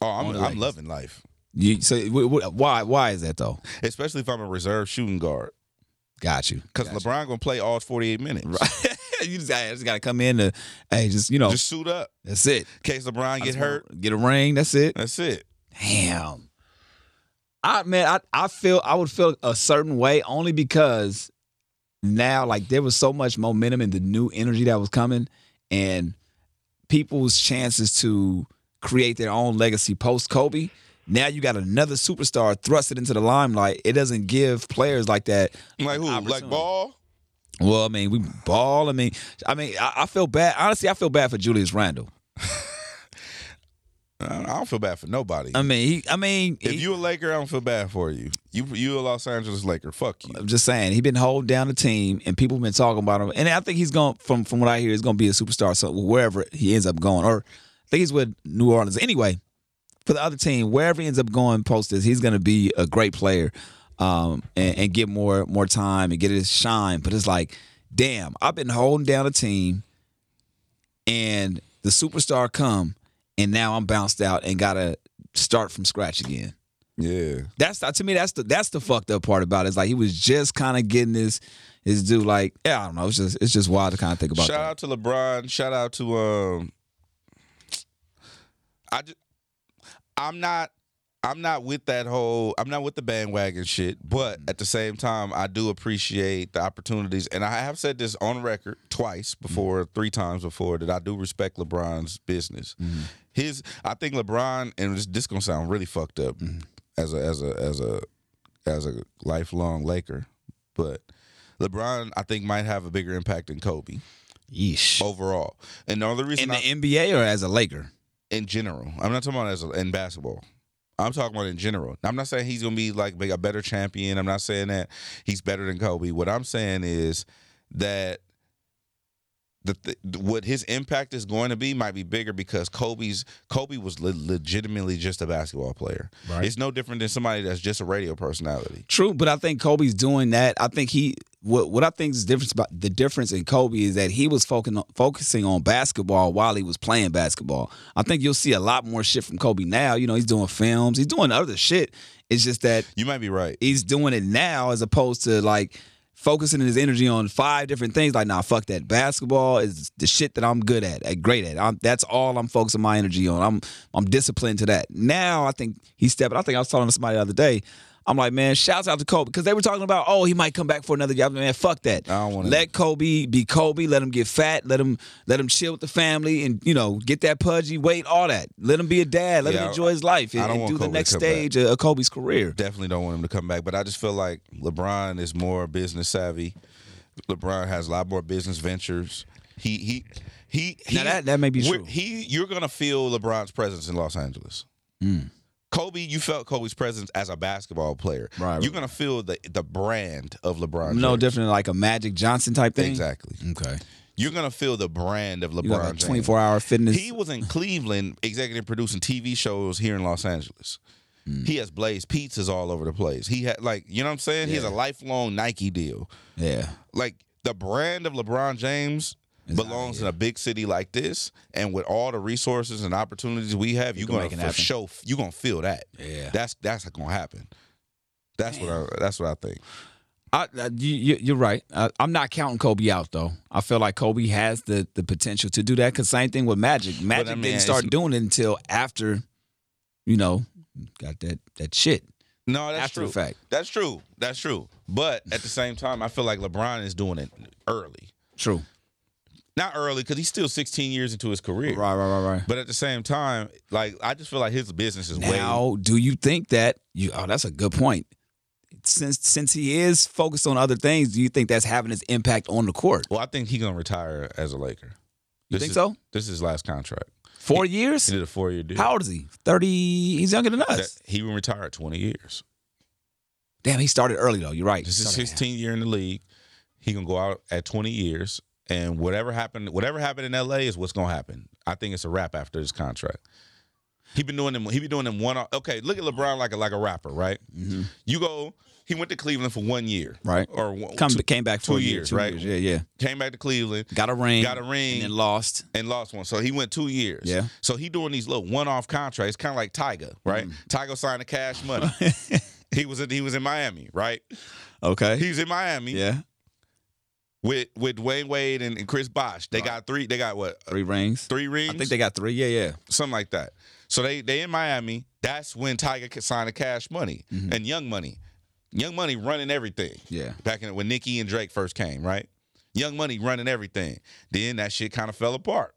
Speaker 5: Oh,
Speaker 4: On
Speaker 5: I'm
Speaker 4: the
Speaker 5: I'm
Speaker 4: Lakers.
Speaker 5: loving life,
Speaker 4: you so wh- wh- why why is that though?
Speaker 5: especially if I'm a reserve shooting guard
Speaker 4: Got you.
Speaker 5: because LeBron gonna play all 48 minutes. Right.
Speaker 4: you just gotta, just gotta come in to, hey, just you know,
Speaker 5: Just suit up
Speaker 4: that's it.
Speaker 5: in case LeBron get
Speaker 4: Just
Speaker 5: hurt.
Speaker 4: wanna get a ring. That's it.
Speaker 5: That's it.
Speaker 4: Damn. I man, I I feel I would feel a certain way only because now like there was so much momentum and the new energy that was coming, and people's chances to create their own legacy post Kobe. Now you got another superstar thrusted into the limelight. It doesn't give players like that
Speaker 5: Like who? Like
Speaker 4: Opportunity.
Speaker 5: ball?
Speaker 4: Well, I mean, we ball. I mean, I mean, I, I feel bad. Honestly, I feel bad for Julius Randle.
Speaker 5: I I don't feel bad for nobody.
Speaker 4: I mean, he, I mean,
Speaker 5: if
Speaker 4: he-
Speaker 5: you a Laker, I don't feel bad for you. You you a Los Angeles Laker. Fuck you.
Speaker 4: I'm just saying, he been holding down the team, and people been talking about him. And I think he's going from from what I hear, he's going to be a superstar. So wherever he ends up going, or I think he's with New Orleans anyway. For the other team, wherever he ends up going, post this, he's going to be a great player, um, and, and get more more time and get his shine. But it's like, damn, I've been holding down a team, and the superstar come, and now I'm bounced out and gotta start from scratch again.
Speaker 5: Yeah.
Speaker 4: That's to me. That's the that's the fucked up part about it. It's like he was just kind of getting his his due. Like yeah, I don't know. It's just it's just wild to kind of think about
Speaker 5: Shout out to LeBron. Shout out to um. I just, I'm not. I'm not with that whole. I'm not with the bandwagon shit. But
Speaker 4: Mm-hmm.
Speaker 5: at the same time, I do appreciate the opportunities, and I have said this on record twice
Speaker 4: Mm-hmm.
Speaker 5: before, three times before, that I do respect LeBron's business.
Speaker 4: Mm-hmm.
Speaker 5: His, I think LeBron, and this, this gonna sound really fucked up
Speaker 4: Mm-hmm.
Speaker 5: as a as a as a as a lifelong Laker, but LeBron, I think, might have a bigger impact than Kobe
Speaker 4: that. Yeesh.
Speaker 5: overall. And the only
Speaker 4: In
Speaker 5: reason
Speaker 4: the
Speaker 5: I-
Speaker 4: NBA or as a Laker,
Speaker 5: in general, I'm not talking about as a, in basketball. I'm talking about in general. I'm not saying he's gonna be like be a better champion. I'm not saying that he's better than Kobe. What I'm saying is that the, the what his impact is going to be might be bigger because Kobe's Kobe was le- legitimately just a basketball player.
Speaker 4: Right.
Speaker 5: It's no different than somebody that's just a radio personality.
Speaker 4: true. But I think Kobe's doing that. I think he what what I think is difference about the difference in Kobe is that he was focusing on, focusing on basketball while he was playing basketball. I think you'll see a lot more shit from Kobe now. You know, he's doing films. He's doing other shit. It's just that
Speaker 5: You might be right.
Speaker 4: he's doing it now as opposed to like focusing his energy on five different things. Like, nah, fuck that. Basketball is the shit that I'm good at, at great at. I'm, that's all I'm focusing my energy on. I'm I'm disciplined to that. Now I think he's stepping. I think I was talking to somebody the other day. I'm like, man, shouts out to Kobe because they were talking about, oh, he might come back for another year. I'm like, Man, fuck that.
Speaker 5: I don't wanna-
Speaker 4: Let Kobe be Kobe. Let him get fat. Let him let him chill with the family and you know get that pudgy weight, all that. Let him be a dad. Let
Speaker 5: Yeah, I-
Speaker 4: him enjoy his life
Speaker 5: I
Speaker 4: and,
Speaker 5: don't
Speaker 4: and
Speaker 5: want
Speaker 4: do the
Speaker 5: Kobe to
Speaker 4: next
Speaker 5: come back.
Speaker 4: stage of of Kobe's career.
Speaker 5: definitely don't want him to come back. But I just feel like LeBron is more business savvy. LeBron has a lot more business ventures. He he he. he
Speaker 4: Now that- that may be
Speaker 5: we're-
Speaker 4: true.
Speaker 5: He you're gonna feel LeBron's presence in Los Angeles.
Speaker 4: Mm.
Speaker 5: Kobe, you felt Kobe's presence as a basketball player.
Speaker 4: Right,
Speaker 5: You're
Speaker 4: right.
Speaker 5: gonna feel the the brand of LeBron.
Speaker 4: No
Speaker 5: James.
Speaker 4: different than like a Magic Johnson type thing.
Speaker 5: Exactly.
Speaker 4: Okay.
Speaker 5: You're gonna feel the brand of LeBron.
Speaker 4: You got a
Speaker 5: James.
Speaker 4: 24 hour fitness.
Speaker 5: He was in Cleveland, executive producing TV shows here in Los Angeles.
Speaker 4: Hmm.
Speaker 5: He has blazed pizzas all over the place. He had like, you know what I'm saying? He has a
Speaker 4: Yeah.
Speaker 5: lifelong Nike deal.
Speaker 4: yeah.
Speaker 5: Like the brand of LeBron James
Speaker 4: It's
Speaker 5: belongs
Speaker 4: out
Speaker 5: in a big city like this, and with all the resources and opportunities we have, you're
Speaker 4: can
Speaker 5: gonna
Speaker 4: make it
Speaker 5: for
Speaker 4: happen.
Speaker 5: show you're gonna feel that.
Speaker 4: Yeah.
Speaker 5: That's that's gonna happen. That's what I that's what I think.
Speaker 4: I, I, you, you- you're right. I, I'm not counting Kobe out though. I feel like Kobe has the the potential to do that. Cause same thing with Magic. Magic
Speaker 5: mean,
Speaker 4: didn't
Speaker 5: it's-
Speaker 4: start doing it until after, you know, got that that shit.
Speaker 5: No, that's
Speaker 4: After the
Speaker 5: true.
Speaker 4: fact.
Speaker 5: That's true. That's true. But at the same time, I feel like LeBron is doing it early.
Speaker 4: True.
Speaker 5: Not early because he's still 16 years into his career.
Speaker 4: Right. Right. Right. Right.
Speaker 5: But at the same time, like I just feel like his business is way.
Speaker 4: Now, do you think that you? Oh, that's a good point. Since since he is focused on other things, do you think that's having its impact on the court?
Speaker 5: Well, I think he's gonna retire as a Laker.
Speaker 4: You
Speaker 5: This
Speaker 4: think
Speaker 5: is-
Speaker 4: so?
Speaker 5: This is his last contract.
Speaker 4: Four
Speaker 5: He
Speaker 4: years?
Speaker 5: did a four year deal.
Speaker 4: How old is he? Thirty? He's younger than
Speaker 5: That,
Speaker 4: us.
Speaker 5: he been retired 20 years.
Speaker 4: Damn, he started early though. You're right.
Speaker 5: This is
Speaker 4: Started-
Speaker 5: his 10th year in the league. He gonna go out at 20 years, and whatever happened, whatever happened in LA is what's gonna happen. I think it's a wrap after this contract. He been doing them. He been doing them one. Okay, look at LeBron like a like a rapper, right? You go. He went to Cleveland for one year,
Speaker 4: Mm-hmm. Right.
Speaker 5: Or one,
Speaker 4: Come
Speaker 5: two-
Speaker 4: came back
Speaker 5: two
Speaker 4: for a year,
Speaker 5: years,
Speaker 4: two
Speaker 5: right?
Speaker 4: years. Yeah, yeah.
Speaker 5: Came back to Cleveland
Speaker 4: Got a ring.
Speaker 5: Got a
Speaker 4: And
Speaker 5: ring.
Speaker 4: then lost.
Speaker 5: and lost one. So he went two years.
Speaker 4: Yeah.
Speaker 5: So he doing these little one off contracts, kind of like Tiger,
Speaker 4: Mm.
Speaker 5: right? Tiger signed the cash money. he was in, he was in Miami, right?
Speaker 4: Okay.
Speaker 5: He's in Miami.
Speaker 4: yeah.
Speaker 5: with with Dwayne Wade and, and Chris Bosh. They got three. They got what
Speaker 4: Three rings.
Speaker 5: three rings?
Speaker 4: I think they got three. Yeah, yeah.
Speaker 5: something like that. So they they in Miami. That's when Tiger could sign the Cash Money
Speaker 4: Mm-hmm.
Speaker 5: and Young Money. Young Money running everything.
Speaker 4: Yeah.
Speaker 5: Back in when Nicki and Drake first came, right? Young Money running everything. Then that shit kind of fell apart.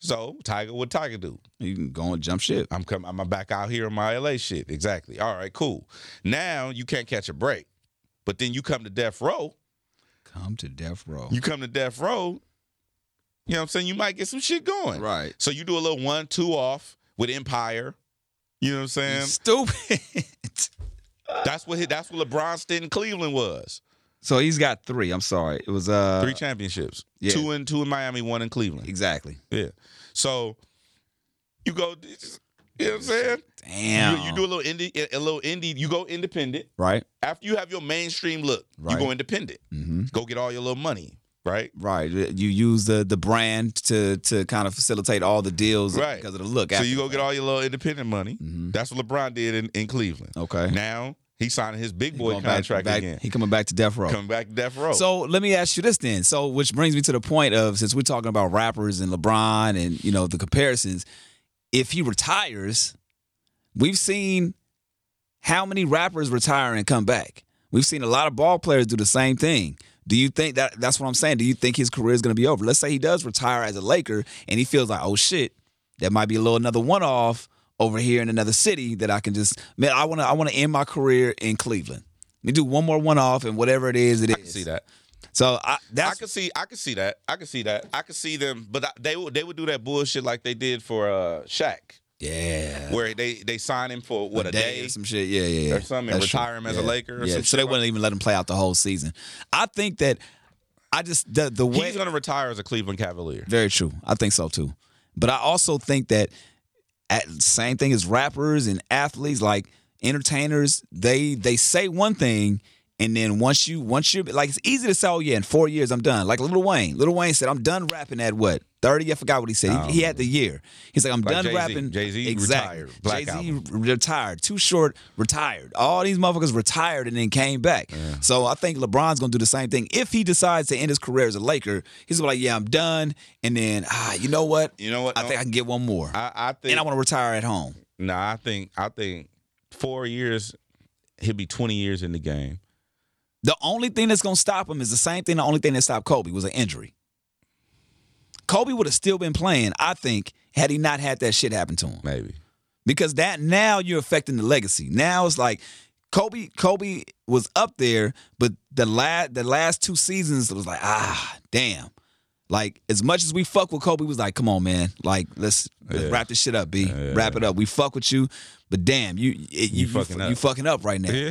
Speaker 5: So Tiger, what Tiger do?
Speaker 4: Mm-hmm. You can go and jump ship.
Speaker 5: I'm coming. I'm back out here in my LA shit. Exactly. All right, cool. Now you can't catch a break. But then you come to death row.
Speaker 4: Come to death row.
Speaker 5: you come to death row, you know what I'm saying? You might get some shit going.
Speaker 4: Right.
Speaker 5: So you do a little one, two off with Empire. You know what I'm saying?
Speaker 4: Stupid.
Speaker 5: That's what he- that's what LeBron stint in Cleveland was.
Speaker 4: so he's got three. I'm sorry. It was uh
Speaker 5: Three championships.
Speaker 4: yeah.
Speaker 5: Two in two in Miami, one in Cleveland.
Speaker 4: exactly.
Speaker 5: Yeah. So you go you know what I'm saying?
Speaker 4: Damn.
Speaker 5: You, you do a little indie a little indie, you go independent.
Speaker 4: right.
Speaker 5: After you have your mainstream look,
Speaker 4: Right.
Speaker 5: you go independent.
Speaker 4: Mm-hmm.
Speaker 5: Go get all your little money, right?
Speaker 4: Right. You use the the brand to to kind of facilitate all the deals
Speaker 5: Right.
Speaker 4: because of the look.
Speaker 5: So you go get all your little independent money.
Speaker 4: Mhm.
Speaker 5: That's what LeBron did in, in Cleveland.
Speaker 4: Okay.
Speaker 5: Now he signing his big
Speaker 4: He
Speaker 5: boy
Speaker 4: going back-
Speaker 5: contract
Speaker 4: back-
Speaker 5: again.
Speaker 4: He coming back to death row.
Speaker 5: Coming back to death row.
Speaker 4: So let me ask you this then. So which brings me to the point of since we're talking about rappers and LeBron and you know the comparisons, if he retires, we've seen how many rappers retire and come back. We've seen a lot of ball players do the same thing. Do you think that that's what I'm saying? Do you think his career is going to be over? Let's say he does retire as a Laker and he feels like, oh shit, that might be a little another one off over here in another city that I can just man, I want to I want to end my career in Cleveland. Let me do one more one off and whatever it is, it is.
Speaker 5: I can see that.
Speaker 4: So I,
Speaker 5: I
Speaker 4: that's
Speaker 5: can see. I can see that. I can see that. I can see them. But I- they would. They would do that bullshit like they did for uh Shaq,
Speaker 4: yeah,
Speaker 5: where they they sign him for what a, day.
Speaker 4: or some shit. Yeah, yeah, yeah.
Speaker 5: or something, and
Speaker 4: That's
Speaker 5: retire
Speaker 4: true.
Speaker 5: him as a
Speaker 4: Yeah.
Speaker 5: Laker or
Speaker 4: yeah.
Speaker 5: some
Speaker 4: so
Speaker 5: shit
Speaker 4: they wouldn't even let him play out the whole season. I think that I just the the way
Speaker 5: He's gonna retire as a Cleveland Cavalier.
Speaker 4: Very true. I think so too. But I also think that at, same thing as rappers and athletes, like entertainers, they they say one thing. And then once you once you like it's easy to say, oh yeah, in four years I'm done. Like Little Wayne, Little Wayne said, I'm done rapping at what thirty? I forgot what he said. He, he had the year. He's like, I'm
Speaker 5: Oh, Like
Speaker 4: done
Speaker 5: Jay-Z.
Speaker 4: rapping.
Speaker 5: Jay-Z retired. Black
Speaker 4: Jay Z
Speaker 5: Album.
Speaker 4: retired. Too short. Retired. All these motherfuckers retired and then came back. So I think LeBron's gonna do the same thing if he decides to end his career as a Laker. He's gonna be like, yeah, I'm done. And then ah, you know what?
Speaker 5: You know what?
Speaker 4: I think I can get one more.
Speaker 5: I, I think.
Speaker 4: and I want to retire at home.
Speaker 5: Nah, I think. I think four years. He'll be twenty years in the game.
Speaker 4: The only thing that's gonna stop him is the same thing. The only thing that stopped Kobe was an injury. Kobe would have still been playing, I think, had he not had that shit happen to him.
Speaker 5: Maybe.
Speaker 4: because that now you're affecting the legacy. Now it's like Kobe Kobe was up there, but the last the last two seasons it was like ah damn. Like as much as we fuck with Kobe, we was like, come on, man, like let's, let's
Speaker 5: Yeah.
Speaker 4: wrap this shit up, b, wrap it up. We fuck with you, but damn, you it, you, you,
Speaker 5: fucking
Speaker 4: fu-
Speaker 5: up.
Speaker 4: you fucking up right now.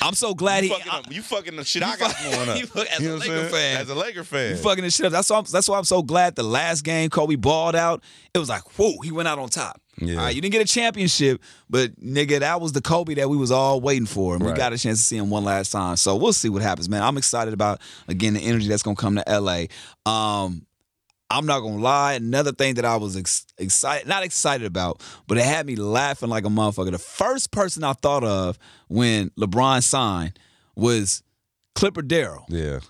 Speaker 4: I'm so glad
Speaker 5: You
Speaker 4: he.
Speaker 5: fucking,
Speaker 4: I-
Speaker 5: up- you fucking the shit
Speaker 4: You
Speaker 5: I got
Speaker 4: fuck-
Speaker 5: going up.
Speaker 4: you fuck- as a
Speaker 5: what I'm
Speaker 4: Laker
Speaker 5: saying?
Speaker 4: fan.
Speaker 5: As a Laker fan.
Speaker 4: You fucking this shit up. That's why, I'm, that's why I'm so glad the last game Kobe balled out. It was like, whoa, he went out on top.
Speaker 5: Yeah.
Speaker 4: All right, you didn't get a championship, but nigga, that was the Kobe that we was all waiting for, and
Speaker 5: Right.
Speaker 4: we got a chance to see him one last time. So we'll see what happens, man. I'm excited about again the energy that's gonna come to LA. Um, I'm not gonna lie. Another thing that I was ex- excited, not excited about, but it had me laughing like a motherfucker. The first person I thought of when LeBron signed was Clipper Darrell.
Speaker 5: yeah.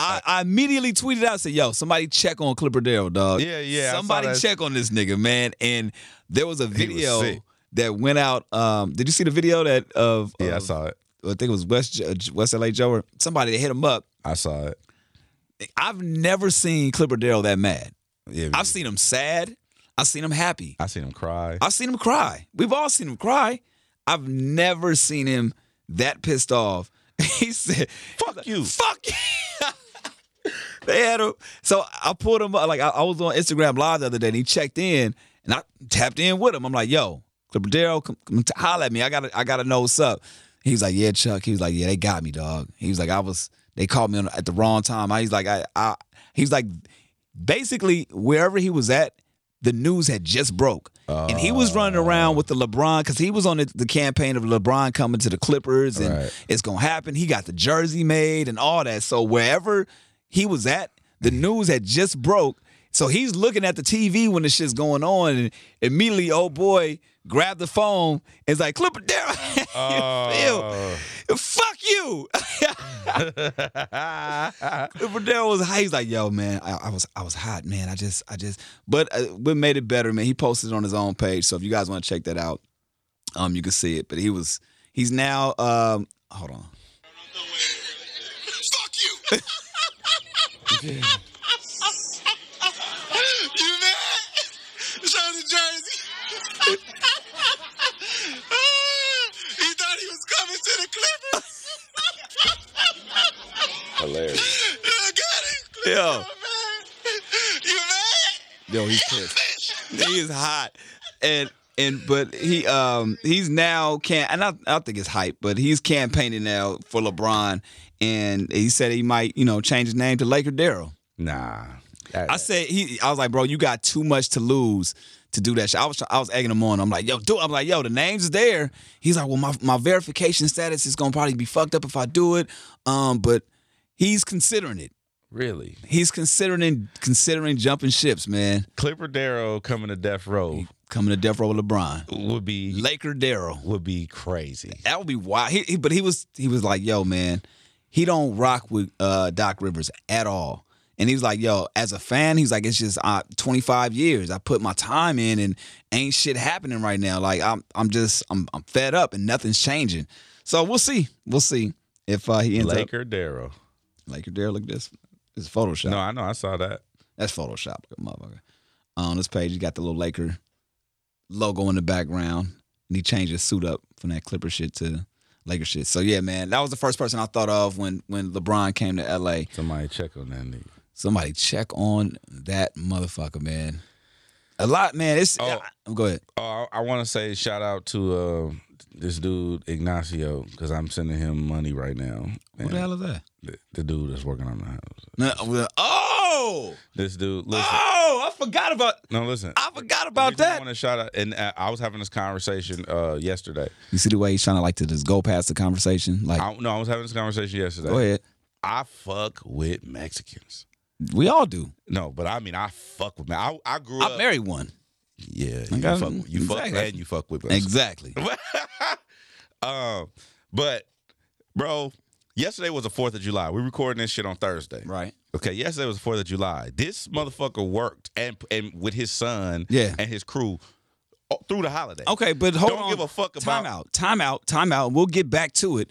Speaker 4: I, I immediately tweeted out, said, "Yo, somebody check on Clipper Darrell, dog.
Speaker 5: Yeah, yeah, I saw
Speaker 4: Somebody
Speaker 5: that.
Speaker 4: check on this nigga, man." And there was a video
Speaker 5: sick.
Speaker 4: that went out. Um, did you see the video that of?
Speaker 5: Yeah, I
Speaker 4: of-
Speaker 5: saw it.
Speaker 4: I think it was West Jo- West LA Joe or somebody that hit him up.
Speaker 5: I saw it.
Speaker 4: I've never seen Clipper Darrell that mad.
Speaker 5: Yeah,
Speaker 4: I've seen him sad. I've seen him happy.
Speaker 5: I seen him cry.
Speaker 4: I've seen him cry. We've all seen him cry. I've never seen him that pissed off. He said,
Speaker 5: Fuck you.
Speaker 4: Fuck you. they had him. So I pulled him up. Like, I, I was on Instagram Live the other day and he checked in and I tapped in with him. I'm like, yo, Clipper Darrell, come, come t- holla at me. I gotta, I gotta know what's up. He was like, yeah, Chuck. He was like, yeah, they got me, dog. He was like, I was, they called me on, at the wrong time. I, he's like, I, I, he was like, basically, wherever he was at, the news had just broke. and he was running around with the LeBron because he was on the, the campaign of LeBron coming to the Clippers and
Speaker 5: Right.
Speaker 4: it's gonna happen. He got the jersey made and all that. So wherever he was at, the news had just broke. So he's looking at the TV when the shit's going on, and immediately, oh boy, grabbed the phone. and It's like Clipper Darrell, You feel?
Speaker 5: Oh.
Speaker 4: fuck you. Clipper Darrell was high. He's like, yo, man, I, I was, I was hot, man. I just, I just. But uh, what made it better, man? He posted it on his own page. So if you guys want to check that out, um, you can see it. But he was, he's now, um, hold on.
Speaker 6: Fuck you! you mad? Show the jersey. he thought he was coming to the Clippers.
Speaker 5: Hilarious.
Speaker 6: Look at him.
Speaker 4: Yo,
Speaker 6: Man. You mad?
Speaker 4: yo, he's pissed. he is hot. And and but he um he's now can and I, I think it's hype, but he's campaigning now for LeBron and he said he might, you know, change his name to Laker Daryl.
Speaker 5: Nah. That-
Speaker 4: I said he I was like, bro, you got too much to lose to do that shit. I was I was egging him on. I'm like, yo, do it. I'm like, yo, the names is there. He's like, well, my, my verification status is gonna probably be fucked up if I do it. Um, but he's considering it.
Speaker 5: really.
Speaker 4: He's considering considering jumping ships, man.
Speaker 5: Clipper Darrow coming to death row
Speaker 4: Coming to death row with LeBron.
Speaker 5: would be
Speaker 4: Laker Daryl.
Speaker 5: would be crazy.
Speaker 4: That would be wild. He, he, but he was he was like, yo, man, he don't rock with uh, Doc Rivers at all. And he was like, yo, as a fan, he's like, it's just uh, 25 years. I put my time in, and ain't shit happening right now. Like I'm I'm just I'm I'm fed up, and nothing's changing. So we'll see, we'll see if uh, he ends up
Speaker 5: Laker Darrow.
Speaker 4: Laker Dare. Look at this, this is Photoshop.
Speaker 5: No, I know. I saw that.
Speaker 4: That's Photoshop, motherfucker. On this page, you got the little Laker logo in the background, and he changed his suit up from that Clipper shit to Laker shit. So yeah, man, that was the first person I thought of when when LeBron came to LA.
Speaker 5: Somebody check on that nigga.
Speaker 4: Somebody check on that motherfucker, man. A lot, man. It's
Speaker 5: Oh.
Speaker 4: go ahead.
Speaker 5: Oh, I, I want to say shout out to uh, this dude Ignacio because I'm sending him money right now.
Speaker 4: What
Speaker 5: And
Speaker 4: the hell is that?
Speaker 5: The, the dude that's working on the house.
Speaker 4: No, well, oh,
Speaker 5: This dude. Listen.
Speaker 4: oh, I forgot about.
Speaker 5: No, listen.
Speaker 4: I forgot about that.
Speaker 5: I want to shout out, and uh, I was having this conversation uh, yesterday.
Speaker 4: You see the way he's trying to like to just go past the conversation. Like,
Speaker 5: I, no, I was having this conversation yesterday.
Speaker 4: go ahead.
Speaker 5: I fuck with Mexicans.
Speaker 4: We all do.
Speaker 5: No, but I mean, I fuck with me. I, I grew
Speaker 4: I
Speaker 5: up.
Speaker 4: married one.
Speaker 5: Yeah, you
Speaker 4: Okay.
Speaker 5: fuck, with- you fuck,
Speaker 4: Exactly.
Speaker 5: and you fuck with us.
Speaker 4: Exactly.
Speaker 5: um, but bro, yesterday was the Fourth of July. We're recording this shit on Thursday,
Speaker 4: Right.
Speaker 5: Okay, yesterday was the Fourth of July. This motherfucker worked and and with his son,
Speaker 4: Yeah.
Speaker 5: and his crew all through the holiday.
Speaker 4: Okay, but hold
Speaker 5: Don't
Speaker 4: on.
Speaker 5: give a fuck
Speaker 4: Time
Speaker 5: about-
Speaker 4: out. Time out. Time out. We'll get back to it.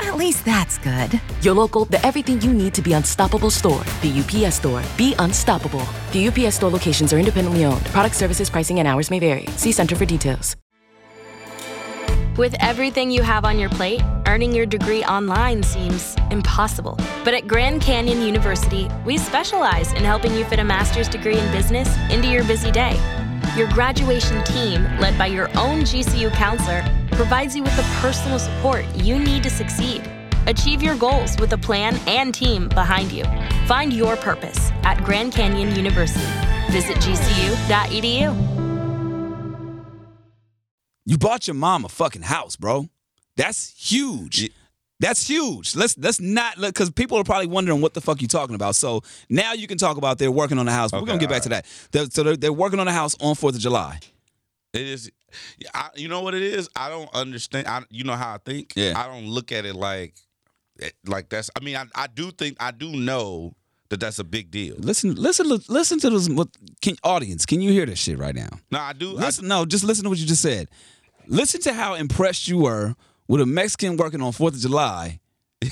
Speaker 7: At least that's good.
Speaker 8: Your local, the everything you need to be unstoppable store. The UPS store. Be unstoppable. The UPS store locations are independently owned. Product services, pricing, and hours may vary. See Center for details.
Speaker 9: With everything you have on your plate, earning your degree online seems impossible. But at Grand Canyon University, we specialize in helping you fit a master's degree in business into your busy day. Your graduation team, led by your own GCU counselor, provides you with the personal support you need to succeed. Achieve your goals with a plan and team behind you. Find your purpose at Grand Canyon University. Visit gcu.edu.
Speaker 4: You bought your mom a fucking house, bro. That's huge. That's huge. Let's let's not look because people are probably wondering what the fuck you talking about. So now you can talk about they're working on a house. But we're
Speaker 5: Okay,
Speaker 4: gonna get
Speaker 5: all
Speaker 4: back to that. They're- so they're, they're working on a house on Fourth of July.
Speaker 5: It is, I, you know what it is. I don't understand. I, you know how I think.
Speaker 4: Yeah.
Speaker 5: I don't look at it like, it- like that's. I mean, I, I do think I do know that that's a big deal.
Speaker 4: Listen, listen, li- listen to this what- can, audience. Can you hear this shit right now?
Speaker 5: No, I do. I,
Speaker 4: Listen, no, just listen to what you just said. Listen to how impressed you were with a Mexican working on Fourth of July,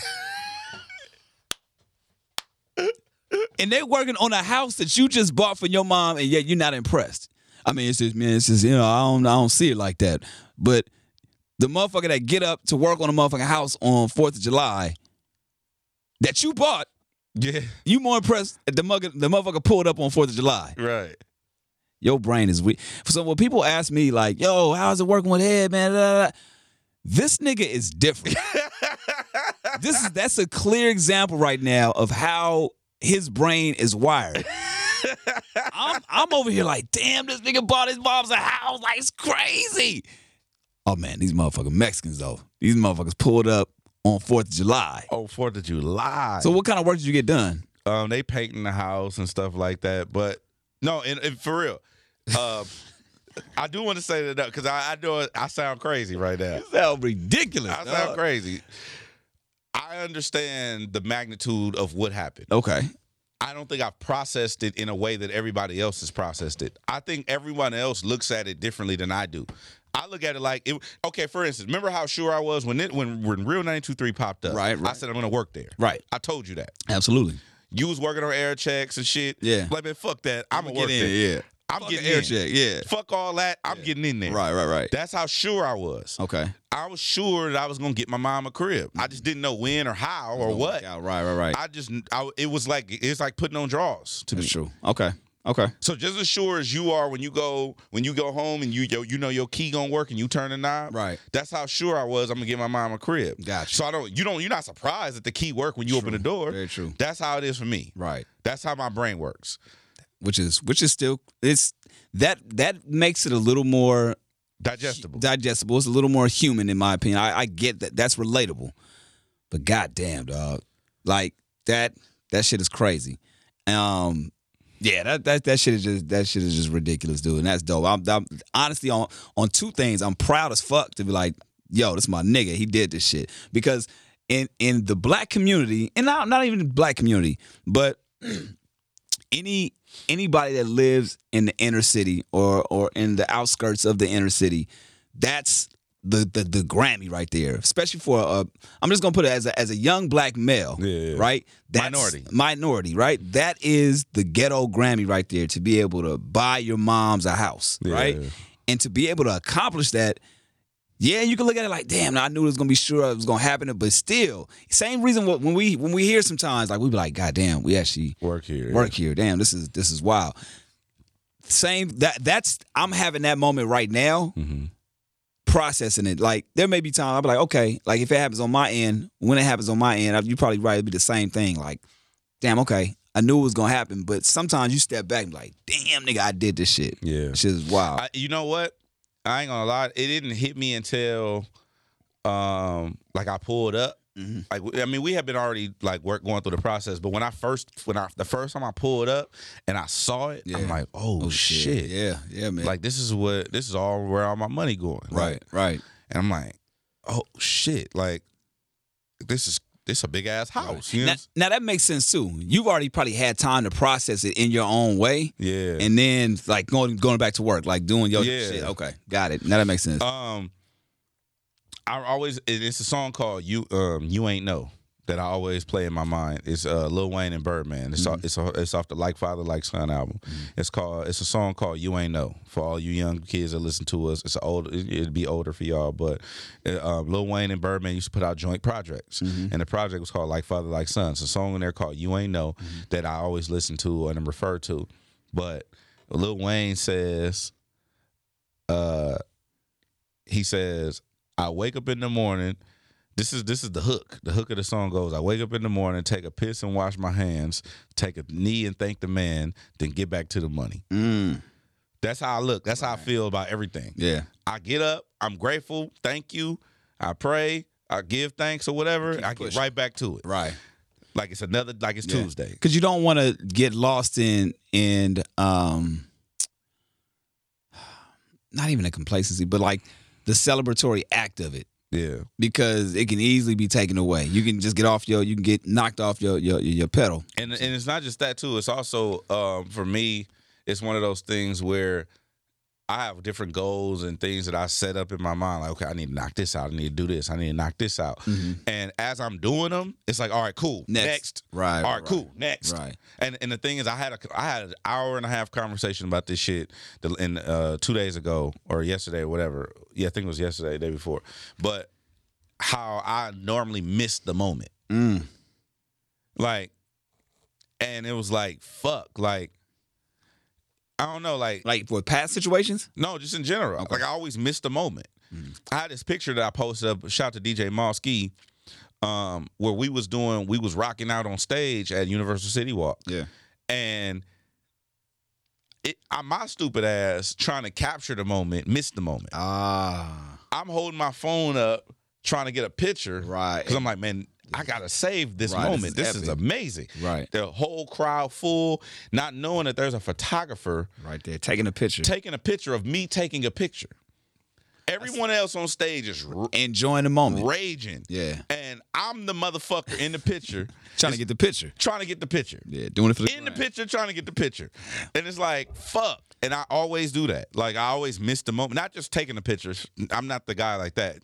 Speaker 4: and they're working on a house that you just bought for your mom, and yet you're not impressed. I mean, it's just man, it's just you know, I don't, I don't see it like that. But the motherfucker that get up to work on a motherfucking house on Fourth of July that you bought,
Speaker 5: yeah.
Speaker 4: you more impressed at the mugger, the motherfucker pulled up on Fourth of July.
Speaker 5: Right.
Speaker 4: Your brain is weak. So when people ask me like, "Yo, how's it working with head, man?" Da, da, da. This nigga is different. this is that's a clear example right now of how his brain is wired. I'm, I'm over here like, damn, this nigga bought his mom's a house. Like, it's crazy. Oh man, these motherfucking Mexicans though. These motherfuckers pulled up on Fourth of July.
Speaker 5: Oh, Fourth of July.
Speaker 4: So what kind of work did you get done?
Speaker 5: Um, they painting the house and stuff like that. But no, and, and for real, uh, I do want to say that because I, I know I sound crazy right now.
Speaker 4: That ridiculous.
Speaker 5: I sound
Speaker 4: dog.
Speaker 5: crazy. I understand the magnitude of what happened.
Speaker 4: Okay.
Speaker 5: I don't think I've processed it in a way that everybody else has processed it. I think everyone else looks at it differently than I do. I look at it like, it, okay, for instance, remember how sure I was when it when when Real 923 popped up?
Speaker 4: Right,
Speaker 5: I
Speaker 4: right.
Speaker 5: said I'm gonna work there.
Speaker 4: Right.
Speaker 5: I told you that.
Speaker 4: Absolutely.
Speaker 5: You was working on air checks and shit.
Speaker 4: Yeah.
Speaker 5: Like, man, fuck that. I'm, gonna
Speaker 4: Work
Speaker 5: get in.
Speaker 4: there, Yeah.
Speaker 5: I'm
Speaker 4: Fuck
Speaker 5: getting
Speaker 4: an air
Speaker 5: in.
Speaker 4: check, yeah.
Speaker 5: Fuck all that. I'm getting in there.
Speaker 4: Right, right, right.
Speaker 5: That's how sure I was.
Speaker 4: Okay.
Speaker 5: I was sure that I was gonna get my mom a crib. I just didn't know when or how or what.
Speaker 4: Yeah, right, right, right.
Speaker 5: I just I, it was like it's like putting on draws to me.
Speaker 4: That's true. Okay. Okay.
Speaker 5: So just as sure as you are when you go when you go home and you yo, you know your key gonna work and you turn the knob.
Speaker 4: Right.
Speaker 5: That's how sure I was I'm gonna get my mom a crib.
Speaker 4: Gotcha.
Speaker 5: So I don't you don't you're not surprised that the key work when you open the door.
Speaker 4: Very true.
Speaker 5: That's how it is for me.
Speaker 4: Right.
Speaker 5: That's how my brain works.
Speaker 4: Which is which is still it's that that makes it a little more
Speaker 5: Digestible.
Speaker 4: digestible. It's a little more human in my opinion. I, I get that that's relatable. But goddamn, dog. Like that that shit is crazy. Um yeah, that, that that shit is just that shit is just ridiculous, dude. And that's dope. I'm, I'm honestly on on two things. I'm proud as fuck to be like, yo, this my nigga. He did this shit because in in the black community, and not not even the black community, but any anybody that lives in the inner city or or in the outskirts of the inner city, that's the the, the Grammy right there. Especially for a, I'm just gonna put it as a, as a young black male,
Speaker 5: Yeah.
Speaker 4: right? That's
Speaker 5: Minority.
Speaker 4: minority, right? That is the ghetto Grammy right there to be able to buy your mom's a house, right? And to be able to accomplish that. Yeah, you can look at it like, damn, I knew it was gonna be sure it was gonna happen, but still, same reason wh- when we when we hear sometimes like we be like, god damn, we actually
Speaker 5: work here.
Speaker 4: work here. Damn, this is this is wild. Same that that's I'm having that moment right now,
Speaker 5: Mm-hmm.
Speaker 4: processing it. Like there may be time I'll be like, okay, like if it happens on my end, when it happens on my end, I- you probably right. It'd be the same thing. Like, damn, okay, I knew it was gonna happen, but sometimes you step back and be like, damn, nigga, I did this shit.
Speaker 5: Yeah.
Speaker 4: shit is wild.
Speaker 5: I, you know what? I ain't gonna lie. It didn't hit me until, um, like I pulled up.
Speaker 4: Mm-hmm.
Speaker 5: Like I mean, we had been already like work going through the process, but when I first, when I the first time I pulled up and I saw it, I'm
Speaker 4: Yeah.
Speaker 5: like, oh, shit,
Speaker 4: Yeah, yeah, man.
Speaker 5: like this is what this is all where all my money going,
Speaker 4: right,
Speaker 5: Like,
Speaker 4: right.
Speaker 5: and I'm like, oh shit, like this is this a big ass house, you know?
Speaker 4: Now, now that makes sense too. You've already probably had time to process it in your own way.
Speaker 5: yeah,
Speaker 4: and then like going going back to work, like doing your
Speaker 5: Yeah.
Speaker 4: Uh, shit. Okay, got it. Now that makes sense.
Speaker 5: Um, I always it- it's a song called "You um, You Ain't Know" that I always play in my mind. It's uh, Lil Wayne and Birdman. It's off, it's off, it's off the Like Father Like Son album. It's called it's a song called "You Ain't Know" for all you young kids that listen to us. It's a old it- it'd be older for y'all, but uh, um, Lil Wayne and Birdman used to put out joint projects, and the project was called Like Father Like Son. It's a song in there called "You Ain't Know" that I always listen to and refer to, but Lil Wayne says uh he says i wake up in the morning this is this is the hook the hook of the song goes i wake up in the morning take a piss and wash my hands take a knee and thank the man then get back to the money that's how i look that's how i feel about everything
Speaker 4: Mm, Yeah.
Speaker 5: i get up i'm grateful thank you i pray i give thanks or whatever i get right back to it
Speaker 4: Right.
Speaker 5: like it's another like it's tuesday
Speaker 4: Because you don't want to get lost in in um not even a complacency, but like the celebratory act of it.
Speaker 5: yeah
Speaker 4: Because it can easily be taken away. You can just get off your you can get knocked off your your, your pedal.
Speaker 5: and and it's not just that too. It's also um, for me, it's one of those things where I have different goals and things that I set up in my mind. Like, okay, I need to knock this out. I need to do this. I need to knock this out. And as I'm doing them, it's like, all right, cool,
Speaker 4: Mm-hmm. Next.
Speaker 5: next,
Speaker 4: Right,
Speaker 5: all right,
Speaker 4: right,
Speaker 5: cool, next,
Speaker 4: right.
Speaker 5: And and the thing is, I had a I had an hour and a half conversation about this shit the- in uh, two days ago or yesterday, whatever. Yeah, I think it was yesterday, the day before. But how I normally miss the moment, like, and it was like, fuck, like. I don't know, like
Speaker 4: Like for past situations?
Speaker 5: no, just in general. Like I always miss the moment. I had this picture that I posted up. Shout to DJ Mosky, um, where we was doing, we was rocking out on stage at Universal City Walk,
Speaker 4: Yeah.
Speaker 5: and it, I, my stupid ass trying to capture the moment, missed the moment.
Speaker 4: Ah.
Speaker 5: I'm holding my phone up trying to get a picture,
Speaker 4: Right.
Speaker 5: Because I'm like, man, I gotta save this
Speaker 4: Right, this
Speaker 5: moment.
Speaker 4: is
Speaker 5: This is,
Speaker 4: epic.
Speaker 5: amazing,
Speaker 4: Right.
Speaker 5: The whole crowd full, not knowing that there's a photographer
Speaker 4: Right there. Taking a picture.
Speaker 5: taking a picture of me taking a picture. Everyone else on stage is r-
Speaker 4: Enjoying the moment.
Speaker 5: raging.
Speaker 4: Yeah.
Speaker 5: And I'm the motherfucker in the picture
Speaker 4: Trying to get the picture.
Speaker 5: trying to get the picture.
Speaker 4: Yeah, doing it for the
Speaker 5: In the
Speaker 4: grind.
Speaker 5: picture, trying to get the picture. And it's like, fuck. And I always do that. Like, I always miss the moment. Not just taking the pictures. I'm not the guy like that.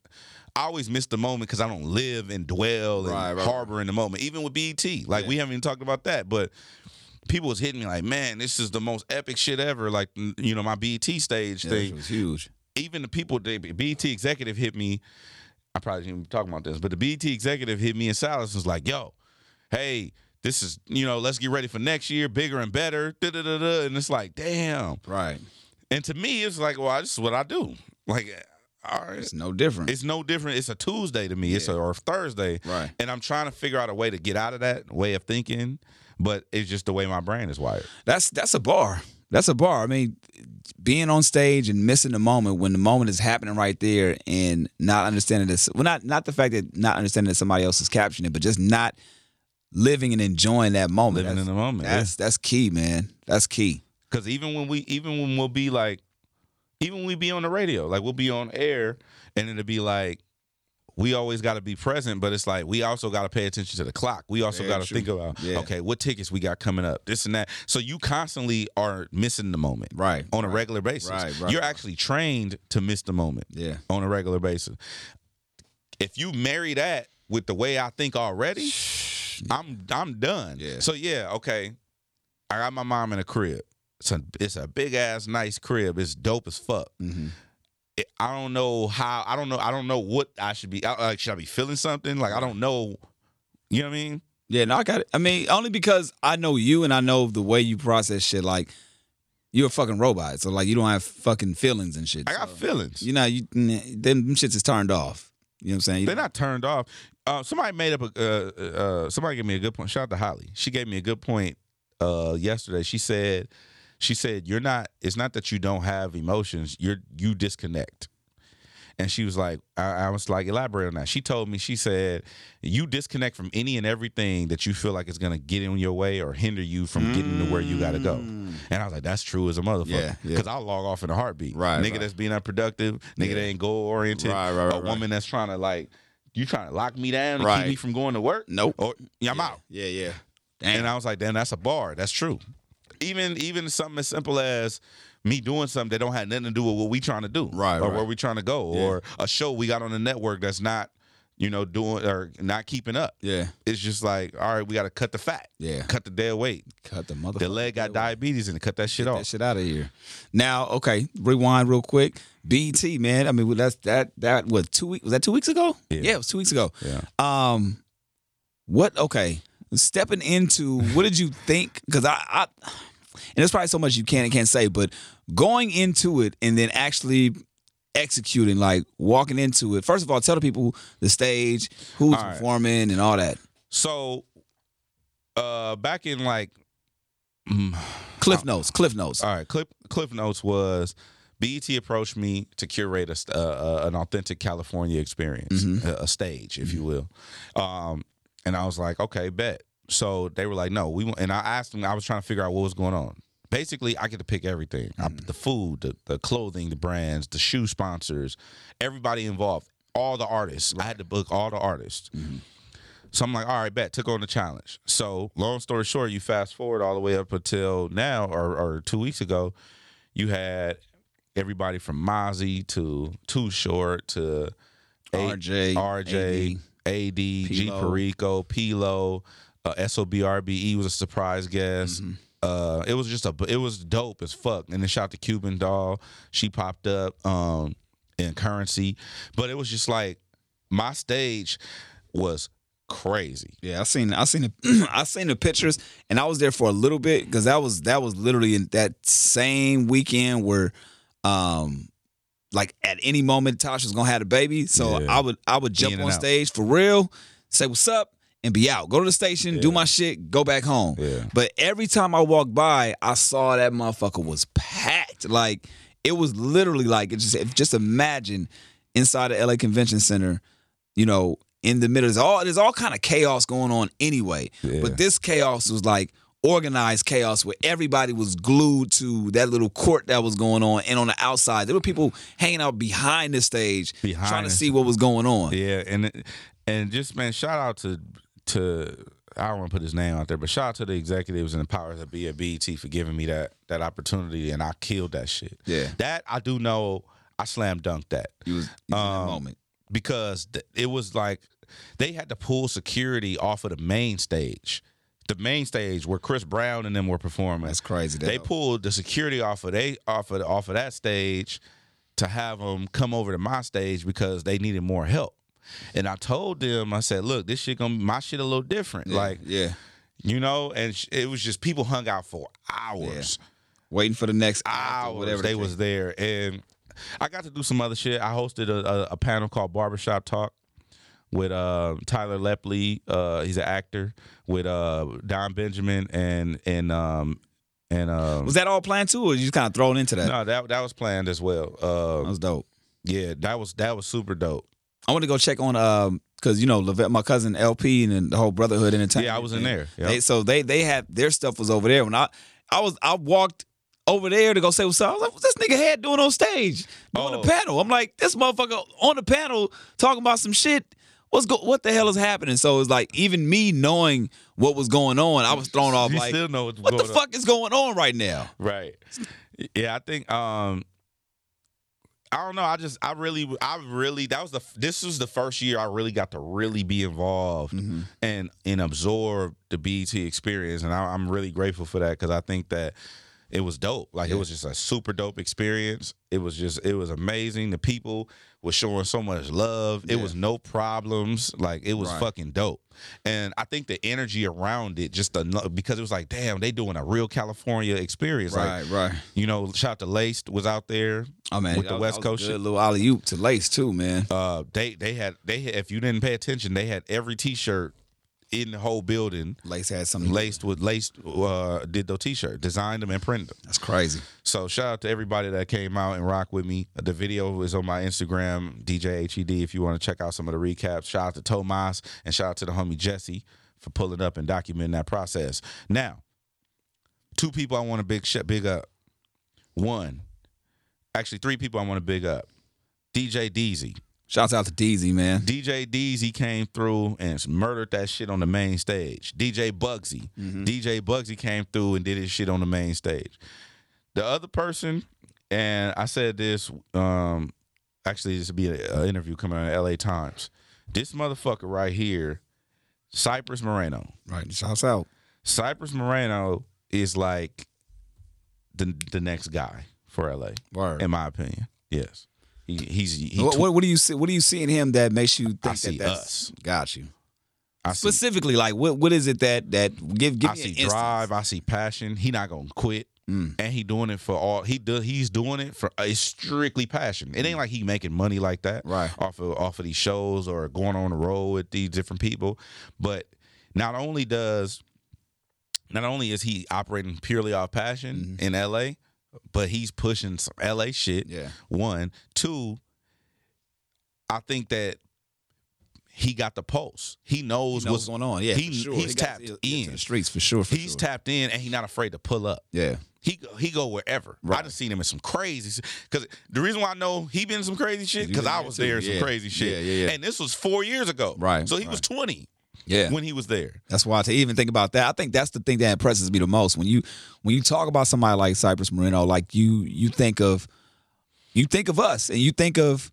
Speaker 5: I always miss the moment because I don't live and dwell and
Speaker 4: Right, right, right.
Speaker 5: harbor in the moment. Even with BET. Like, we haven't even talked about that. But people was hitting me like, man, this is the most epic shit ever. Like, n- you know, my BET stage
Speaker 4: Yeah, that
Speaker 5: thing
Speaker 4: shit was huge.
Speaker 5: even the people, the BT executive hit me. I probably didn't even talk about this, but the BT executive hit me and Silas was like, yo, hey, this is, you know, let's get ready for next year, bigger and better. Da, da, da, da. And it's like, damn.
Speaker 4: Right.
Speaker 5: And to me, it's like, well, this is what I do. Like, all right.
Speaker 4: It's no different.
Speaker 5: It's no different. It's a Tuesday to me. It's a or Thursday.
Speaker 4: Right.
Speaker 5: And I'm trying to figure out a way to get out of that way of thinking, but it's just the way my brain is wired.
Speaker 4: that's that's a bar. That's a bar. I mean, being on stage and missing the moment when the moment is happening right there, and not understanding this. Well, not not the fact that not understanding that somebody else is captioning it, but just not living and enjoying that moment.
Speaker 5: Living in
Speaker 4: That's-
Speaker 5: the moment, yeah.
Speaker 4: That's that's key, man. That's key.
Speaker 5: Because even when we, even when we'll be like, even when we be on the radio, like we'll be on air, and it'll be like, we always got to be present, but it's like we also got to pay attention to the clock. We also
Speaker 4: Very
Speaker 5: got to
Speaker 4: true.
Speaker 5: think about,
Speaker 4: Yeah.
Speaker 5: okay, what tickets we got coming up, this and that. So you constantly are missing the moment,
Speaker 4: Right,
Speaker 5: on a regular basis.
Speaker 4: right, right,
Speaker 5: You're
Speaker 4: right.
Speaker 5: actually trained to miss the moment,
Speaker 4: Yeah.
Speaker 5: on a regular basis. If you marry that with the way I think already, I'm I'm done.
Speaker 4: Yeah.
Speaker 5: So yeah, okay. I got my mom in a crib. It's a it's a big ass nice crib. It's dope as fuck.
Speaker 4: Mm-hmm.
Speaker 5: It- I don't know how. I don't know. I don't know what I should be. I, like, should I be feeling something? Like I don't know. You know what I mean?
Speaker 4: Yeah, no, I got it. I mean, only because I know you and I know the way you process shit. Like, you're a fucking robot, so like you don't have fucking feelings and shit.
Speaker 5: I got
Speaker 4: so,
Speaker 5: feelings.
Speaker 4: you know, you them, them shits is turned off. You know what I'm saying?
Speaker 5: They're not turned off. Uh, somebody made up a. Uh, uh, somebody gave me a good point. Shout out to Holly. She gave me a good point uh, yesterday. She said, she said, you're not. It's not that you don't have emotions. You're you disconnect. And she was like, I, I was like, elaborate on that. She told me, she said, you disconnect from any and everything that you feel like is gonna get in your way or hinder you from getting to where you gotta go. And I was like, that's true as a motherfucker.
Speaker 4: Mm. Yeah, yeah.
Speaker 5: Cause I'll log off in a heartbeat.
Speaker 4: Right,
Speaker 5: Nigga
Speaker 4: right.
Speaker 5: that's being unproductive, nigga that ain't goal oriented.
Speaker 4: Right, right, right,
Speaker 5: a
Speaker 4: right.
Speaker 5: woman that's trying to like you trying to lock me down and
Speaker 4: Right.
Speaker 5: keep me from going to work.
Speaker 4: Nope.
Speaker 5: Or yeah, I'm out.
Speaker 4: Yeah, yeah.
Speaker 5: And I was like, damn, that's a bar. That's true. Even even something as simple as me doing something that don't have nothing to do with what we trying to do,
Speaker 10: Right,
Speaker 5: Or
Speaker 10: right.
Speaker 5: where we trying to go,
Speaker 10: Yeah.
Speaker 5: or a show we got on the network that's not, you know, doing or not keeping up.
Speaker 10: Yeah.
Speaker 5: It's just like, all right, we got to cut the fat.
Speaker 10: Yeah.
Speaker 5: Cut the day of weight.
Speaker 4: Cut the mother.
Speaker 5: The leg got diabetes and cut that shit off.
Speaker 4: That shit out of here. Now, okay, rewind real quick. BT man, I mean well, that's that that was two weeks. Was that two weeks ago? Yeah, it was two weeks ago.
Speaker 5: Yeah.
Speaker 4: Um, what? Okay, stepping into what did you think? Because I, I, and there's probably so much you can and can't say, but going into it and then actually executing, like walking into it. First of all, tell the people the stage, who's
Speaker 5: All right.
Speaker 4: performing, and all that.
Speaker 5: So, uh, back in like Uh,
Speaker 4: Cliff notes. Cliff notes.
Speaker 5: All right, clip clip notes was BET approached me to curate a, st- uh, uh, an authentic California experience, a, a stage, if you will. Um, and I was like, okay, bet. So they were like, no, we want, and I asked them. I was trying to figure out what was going on. Basically, I get to pick everything: I- the food, the, the clothing, the brands, the shoe sponsors, everybody involved, all the artists. I had to book all the artists. So I'm like, all right, bet. Took on the challenge. So long story short, you fast forward all the way up until now, or, or two weeks ago, you had everybody from Mozzie to Too Short to A-
Speaker 4: RJ,
Speaker 5: RJ, AD, G
Speaker 4: P-Lo.
Speaker 5: Perico, Pilo, uh, SOBRBE E was a surprise guest. Uh, it was just a, it was dope as fuck. And then shout to Cuban Doll, she popped up um, in currency, but it was just like my stage was crazy.
Speaker 4: Yeah, I seen I seen the I seen the pictures, and I was there for a little bit because that was that was literally in that same weekend where, um, like at any moment Tasha's gonna have a baby, so I would I would jump
Speaker 5: In and
Speaker 4: on
Speaker 5: out.
Speaker 4: stage for real, say what's up, and be out. Go to the station, do my shit, go back home.
Speaker 5: Yeah.
Speaker 4: But every time I walked by, I saw that motherfucker was packed. Like it was literally like it just just imagine inside the LA Convention Center, you know, in the middle. There's all there's all kind of chaos going on anyway. But this chaos was like organized chaos where everybody was glued to that little court that was going on and on the outside there were people hanging out behind the stage
Speaker 5: Behind
Speaker 4: trying to
Speaker 5: the-
Speaker 4: see what was going on
Speaker 5: Yeah, and it- and just man, shout out to to I don't want to put his name out there, but shout out to the executives and the powers that be at BET for giving me that that opportunity, and I killed that shit.
Speaker 4: Yeah.
Speaker 5: that I do know. I slam dunked that.
Speaker 4: You was, you was in
Speaker 5: Um,
Speaker 4: the moment
Speaker 5: because th- it was like they had to pull security off of the main stage. The main stage where Chris Brown and them were performing.
Speaker 4: That's crazy,
Speaker 5: They
Speaker 4: though.
Speaker 5: pulled the security off of they off of off of that stage to have them come over to my stage because they needed more help. And I told them, I said, "Look, this shit gonna my shit a little different." Like,
Speaker 4: yeah
Speaker 5: you know, and sh- it was just people hung out for hours
Speaker 4: waiting for the next act or
Speaker 5: hours
Speaker 4: whatever the
Speaker 5: they
Speaker 4: case
Speaker 5: was there and i got to do some other shit i hosted a, a, a panel called barbershop talk with uh, tyler lepley uh, he's an actor with uh, don benjamin and and um and um
Speaker 4: Was that all planned too, or you just kind of thrown into that?
Speaker 5: no that that was planned as well
Speaker 4: That
Speaker 5: uh,
Speaker 4: was dope.
Speaker 5: yeah that was that was super dope
Speaker 4: I want to go check on um because you know Levette, my cousin LP, and then the whole Brotherhood Entertainment.
Speaker 5: Yeah, I was in
Speaker 4: thing.
Speaker 5: there. Yep.
Speaker 4: They, so they they had their stuff was over there when I I was I walked over there to go say what's up. I was like, what's this nigga had doing on stage doing
Speaker 5: Oh.
Speaker 4: the panel? I'm like, this motherfucker on the panel talking about some shit. What's go? What the hell is happening? So it's like even me knowing what was going on, I was thrown off.
Speaker 5: You
Speaker 4: like,
Speaker 5: still know what's
Speaker 4: what the
Speaker 5: going on.
Speaker 4: fuck is going on right now?
Speaker 5: right yeah i think um I don't know. I just, I really, I really, that was the, this was the first year I really got to really be involved and and absorb the BET experience, and I, I'm really grateful for that because I think that it was dope. Like it was just a super dope experience. It was just, it was amazing. The people were showing so much love. It was no problems. Like it was fucking dope. And I think the energy around it, just enough, because it was like, damn, they doing a real California experience. like,
Speaker 4: right.
Speaker 5: you know, shout out to Laced was out there.
Speaker 4: Oh man,
Speaker 5: with the
Speaker 4: that was- that
Speaker 5: West
Speaker 4: was
Speaker 5: Coast.
Speaker 4: good
Speaker 5: shit.
Speaker 4: little alley oop to Lace too, man.
Speaker 5: Uh, they they had they had, if you didn't pay attention, they had every T-shirt in the whole building
Speaker 4: Lace had something.
Speaker 5: laced with laced. Uh, did those T-shirt, designed them and printed them.
Speaker 4: That's crazy.
Speaker 5: So shout out to everybody that came out and rock with me. The video is on my Instagram, DJ HED, E if you want to check out some of the recaps. Shout out to Tomas and shout out to the homie Jesse for pulling up and documenting that process. Now, two people I want to big sh- big up. One, actually three people I want to big up. DJ Deezy.
Speaker 4: Shouts out to DZ, man.
Speaker 5: DJ Deezy came through and murdered that shit on the main stage. DJ
Speaker 4: Mm-hmm.
Speaker 5: Bugsy. DJ Bugsy came through and did his shit on the main stage. The other person and I said this. Um, actually, this would be an interview coming out of L.A. Times. This motherfucker right here, Cypress Moreno.
Speaker 4: Right, shouts out.
Speaker 5: Cypress Moreno is like the the next guy for LA,
Speaker 4: Word.
Speaker 5: in my opinion. Yes, he, he's he
Speaker 4: what,
Speaker 5: tw-
Speaker 4: what, what do you see? What do you see in him that makes you think
Speaker 5: I
Speaker 4: that
Speaker 5: see
Speaker 4: that's
Speaker 5: us.
Speaker 4: got you?
Speaker 5: I see,
Speaker 4: Specifically, like what what is it that that give give
Speaker 5: I
Speaker 4: me
Speaker 5: see
Speaker 4: an instance. Mm.
Speaker 5: drive. I see passion. He not gonna quit. And he doing it for all he does. He's doing it for uh, it's strictly passion. It ain't like he making money like that,
Speaker 4: Mm. Right.
Speaker 5: Off of off of these shows or going on the road with these different people. But not only does not only is he operating purely off passion
Speaker 4: Mm-hmm.
Speaker 5: in LA, but he's pushing some LA shit.
Speaker 4: Yeah.
Speaker 5: One, two. I think that he got the pulse. He
Speaker 4: knows
Speaker 5: knows,
Speaker 4: what's
Speaker 5: what's
Speaker 4: going on. Yeah,
Speaker 5: he,
Speaker 4: for sure.
Speaker 5: he's
Speaker 4: He got
Speaker 5: tapped
Speaker 4: to- he
Speaker 5: in.
Speaker 4: to the streets for sure, for
Speaker 5: he's
Speaker 4: sure.
Speaker 5: tapped in, and he's not afraid to pull up.
Speaker 4: Yeah,
Speaker 5: He go- he go wherever. I
Speaker 4: Right.
Speaker 5: just seen him in some crazy because the reason why I know he been in some crazy shit
Speaker 4: You
Speaker 5: because
Speaker 4: been
Speaker 5: I
Speaker 4: there
Speaker 5: was
Speaker 4: too.
Speaker 5: there in
Speaker 4: Yeah.
Speaker 5: some crazy shit.
Speaker 4: Yeah, yeah, yeah.
Speaker 5: And this was four years ago,
Speaker 4: Right,
Speaker 5: So he was
Speaker 4: right.
Speaker 5: twenty
Speaker 4: yeah.
Speaker 5: when he was there.
Speaker 4: That's why to even think about that, I think that's the thing that impresses me the most. When you when you talk about somebody like Cypress Moreno, like you you think of you think of us and you think of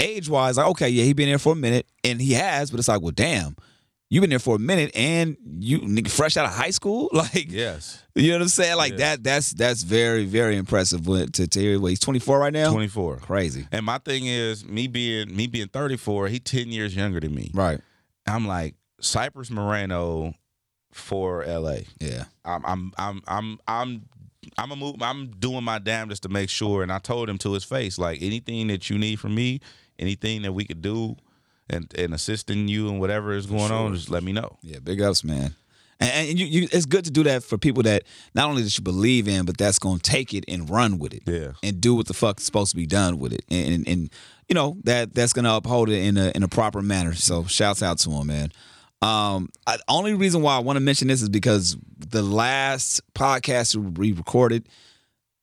Speaker 4: age wise, like, okay, yeah, he been there for a minute and he has, but it's like, well, damn, you been there for a minute and you nigga fresh out of high school? Like
Speaker 5: Yes,
Speaker 4: you know what I'm saying? Like
Speaker 5: Yeah.
Speaker 4: that that's that's very, very impressive when- to, to hear what he's twenty four right now.
Speaker 5: twenty four.
Speaker 4: Crazy.
Speaker 5: Oh. And my thing is me being me being thirty four. He ten years younger than me.
Speaker 4: Right.
Speaker 5: I'm like Cypress Moreno for L.A.
Speaker 4: Yeah.
Speaker 5: I'm I'm I'm I'm I'm I'm a move, I'm doing my damnedest to make sure. And I told him to his face, like anything that you need from me, anything that we could do, and and assisting you and whatever is going on, just let me know.
Speaker 4: Yeah, big ups, man. And, and you, you, it's good to do that for people that not only that you believe in, but that's going to take it and run with it,
Speaker 5: Yeah.
Speaker 4: and do what the fuck's supposed to be done with it, and and, and you know that that's going to uphold it in a in a proper manner. So shouts out to him, man. Um, I, only reason why I want to mention this is because the last podcast we recorded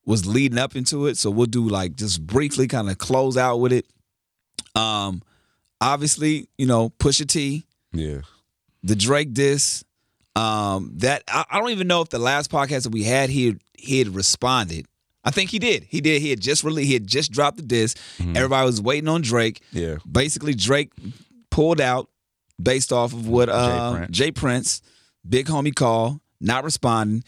Speaker 4: was leading up into it, so we'll do like just briefly kind of close out with it. Um, obviously, you know, Pusha T
Speaker 5: Yeah,
Speaker 4: the Drake diss. Um, that I, I don't even know if the last podcast that we had he he had responded. I think he did. He did. He had just really he had just dropped the diss. Everybody was waiting on Drake.
Speaker 5: yeah,
Speaker 4: Basically, Drake pulled out based off of what uh, Jay,
Speaker 5: Prince.
Speaker 4: Prince. big homie call, not responding.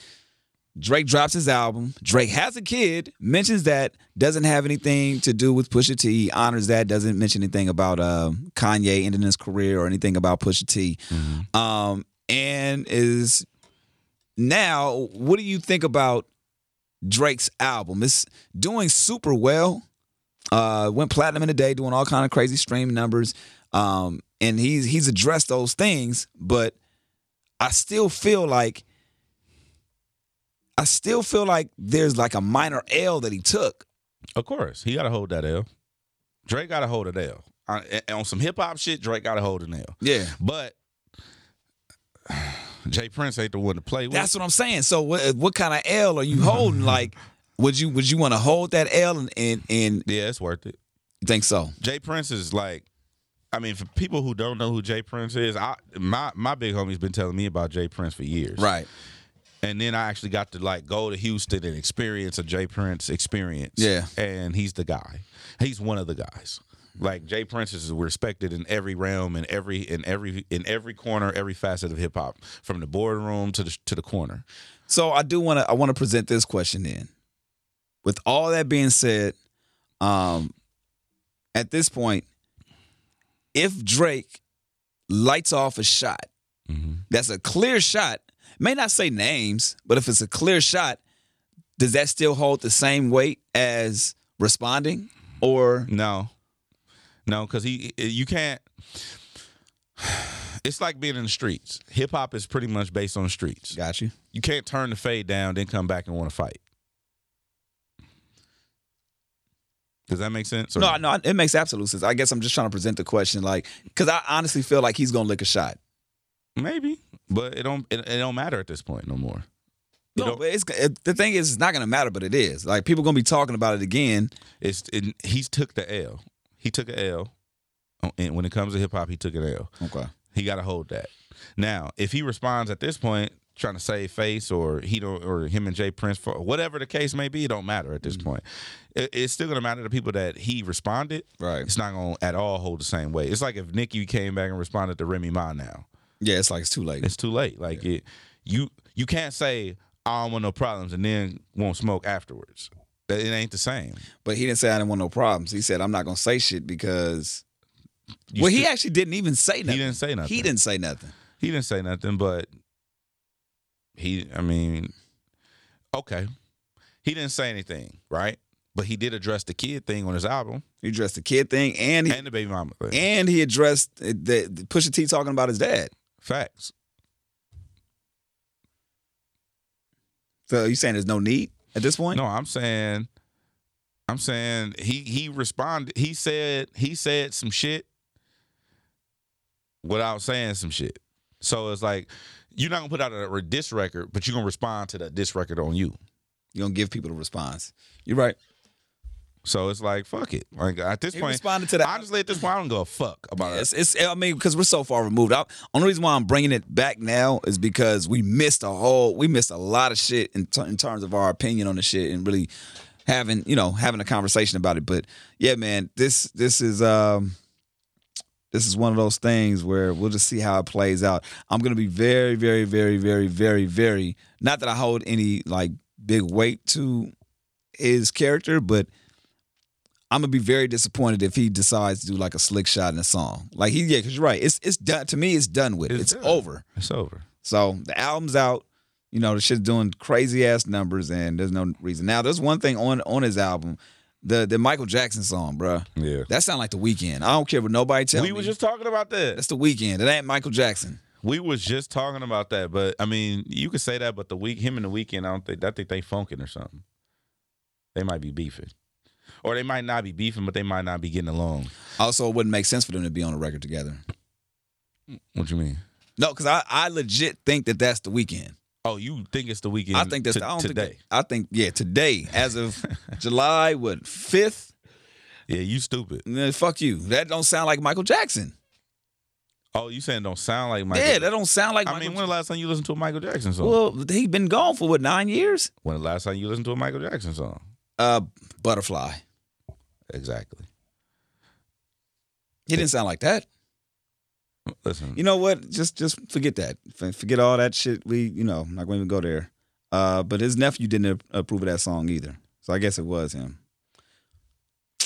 Speaker 4: Drake drops his album. Drake has a kid, mentions that, doesn't have anything to do with Pusha T, honors that, doesn't mention anything about uh, Kanye ending his career or anything about Pusha T. Um, and is now, what do you think about Drake's album? It's doing super well. Uh, went platinum in a day, doing all kind of crazy stream numbers. Um, and he's he's addressed those things, but I still feel like I still feel like there's like a minor L that he took.
Speaker 5: of course he got to hold that L. Drake got to hold it L. On- and on some hip hop shit, Drake got to hold an L.
Speaker 4: Yeah.
Speaker 5: But Jay Prince ain't the one to play with.
Speaker 4: That's what I'm saying. So what what kind of L are you holding? like would you would you want to hold that L and, and and
Speaker 5: yeah, it's worth it.
Speaker 4: think so?
Speaker 5: Jay Prince is like, I mean, for people who don't know who Jay Prince is, I my my big homie's been telling me about Jay Prince for years,
Speaker 4: Right.
Speaker 5: And then I actually got to like go to Houston and experience a Jay Prince experience.
Speaker 4: Yeah.
Speaker 5: and he's the guy. He's one of the guys. Like Jay Prince is respected in every realm, in every in every in every corner, every facet of hip hop, from the boardroom to the to the corner.
Speaker 4: So I do want to I want to present this question in. With all that being said, um at this point if Drake lights off a shot that's a clear shot, may not say names, but if it's a clear shot, does that still hold the same weight as responding or
Speaker 5: No, no, because he you can't. It's like being in the streets. Hip hop is pretty much based on the streets.
Speaker 4: got you?
Speaker 5: You can't turn the fade down, then come back and want to fight. Does that make sense? or
Speaker 4: No, no, it makes absolute sense. I guess I'm just trying to present the question like cuz I honestly feel like he's going to lick a shot.
Speaker 5: maybe, but it don't it, it don't matter at this point no more. You
Speaker 4: No,
Speaker 5: know-
Speaker 4: but it's it, the thing is, it's not gonna matter, but it is. Like people gonna be talking about it again.
Speaker 5: It's it, he's took the L. oh, He took a L, and when it comes to hip hop, he took an L.
Speaker 4: Okay.
Speaker 5: He got to hold that. Now, if he responds at this point, trying to save face, or he don't, or him and Jay Prince, for whatever the case may be, it don't matter at this
Speaker 4: Mm-hmm.
Speaker 5: point. It, it's still gonna matter to people that he responded. Right. It's not gonna at all hold the same way. It's like if Nicki came back and responded to Remy Ma now.
Speaker 4: Yeah, it's like it's too late.
Speaker 5: It's too late. Like it, you you can't say I don't want no problems and then won't smoke afterwards. That- It ain't the same.
Speaker 4: But he didn't say I didn't want no problems. He said I'm not gonna say shit because.
Speaker 5: You
Speaker 4: well, he
Speaker 5: still-
Speaker 4: actually didn't even say nothing.
Speaker 5: He didn't say nothing.
Speaker 4: He didn't say nothing.
Speaker 5: He didn't say nothing, but he. I mean, okay, he didn't say anything, right? But he did address the kid thing on his album
Speaker 4: He addressed the kid thing, and he,
Speaker 5: and the baby mama thing.
Speaker 4: and he addressed uh, the, the Pusha T talking about his dad.
Speaker 5: Facts.
Speaker 4: So you saying there's no need at this point?
Speaker 5: No, I'm saying, I'm saying he he responded. He said he said some shit without saying some shit. So it's like you're not gonna put out a diss record, but you're gonna respond to that diss record on you.
Speaker 4: You don't give people the response. You're right.
Speaker 5: So it's like fuck it. Like at this
Speaker 4: He
Speaker 5: point,
Speaker 4: responded to that.
Speaker 5: Honestly, at this point, I don't give a fuck about
Speaker 4: It's,
Speaker 5: it.
Speaker 4: it's I mean because we're so far removed. I, only reason why I'm bringing it back now is because we missed a whole we missed a lot of shit in, ter- in terms of our opinion on the shit and really having you know having a conversation about it. But yeah, man, this this is um this is one of those things where we'll just see how it plays out. I'm gonna be very very very very very very not that I hold any like big weight to his character, but I'm gonna be very disappointed if he decides to do like a slick shot in a song. Like he, yeah, because you're right. It's it's done to me. It's done with.
Speaker 5: It's
Speaker 4: It's,
Speaker 5: done.
Speaker 4: over.
Speaker 5: It's over.
Speaker 4: So the album's out. You know, the shit's doing crazy ass numbers, and there's no reason. Now, there's one thing on on his album, the the Michael Jackson song, bruh.
Speaker 5: Yeah.
Speaker 4: That sound like the weekend. I don't care what nobody tells
Speaker 5: we
Speaker 4: me.
Speaker 5: was just talking about that.
Speaker 4: That's the weekend. That ain't Michael Jackson.
Speaker 5: We was just talking about that, but I mean, you could say that, but the week him and the weekend, I don't think I think they funking or something. They might be beefing, or they might not be beefing, but they might not be getting along.
Speaker 4: Also, it wouldn't make sense for them to be on a record together.
Speaker 5: What you mean?
Speaker 4: No, because I, I legit think that that's the weekend.
Speaker 5: Oh, you think it's the weekend?
Speaker 4: I think that's
Speaker 5: to-
Speaker 4: I don't
Speaker 5: today.
Speaker 4: Think that, I think yeah, today as of July what fifth.
Speaker 5: yeah, you stupid.
Speaker 4: Nah, fuck you. That don't sound like Michael Jackson.
Speaker 5: Oh, you saying don't sound like Michael?
Speaker 4: yeah, that don't sound like
Speaker 5: I
Speaker 4: Michael
Speaker 5: mean, when the last time you listened to a Michael Jackson song?
Speaker 4: Well, he been gone for what, nine years?
Speaker 5: when the last time you listened to a Michael Jackson song?
Speaker 4: Uh Butterfly.
Speaker 5: Exactly.
Speaker 4: He didn't sound like that.
Speaker 5: Listen,
Speaker 4: You know what? Just just forget that. F- Forget all that shit. We, you know, I'm not gonna even go there. Uh, but his nephew didn't a- approve of that song either. So I guess it was him.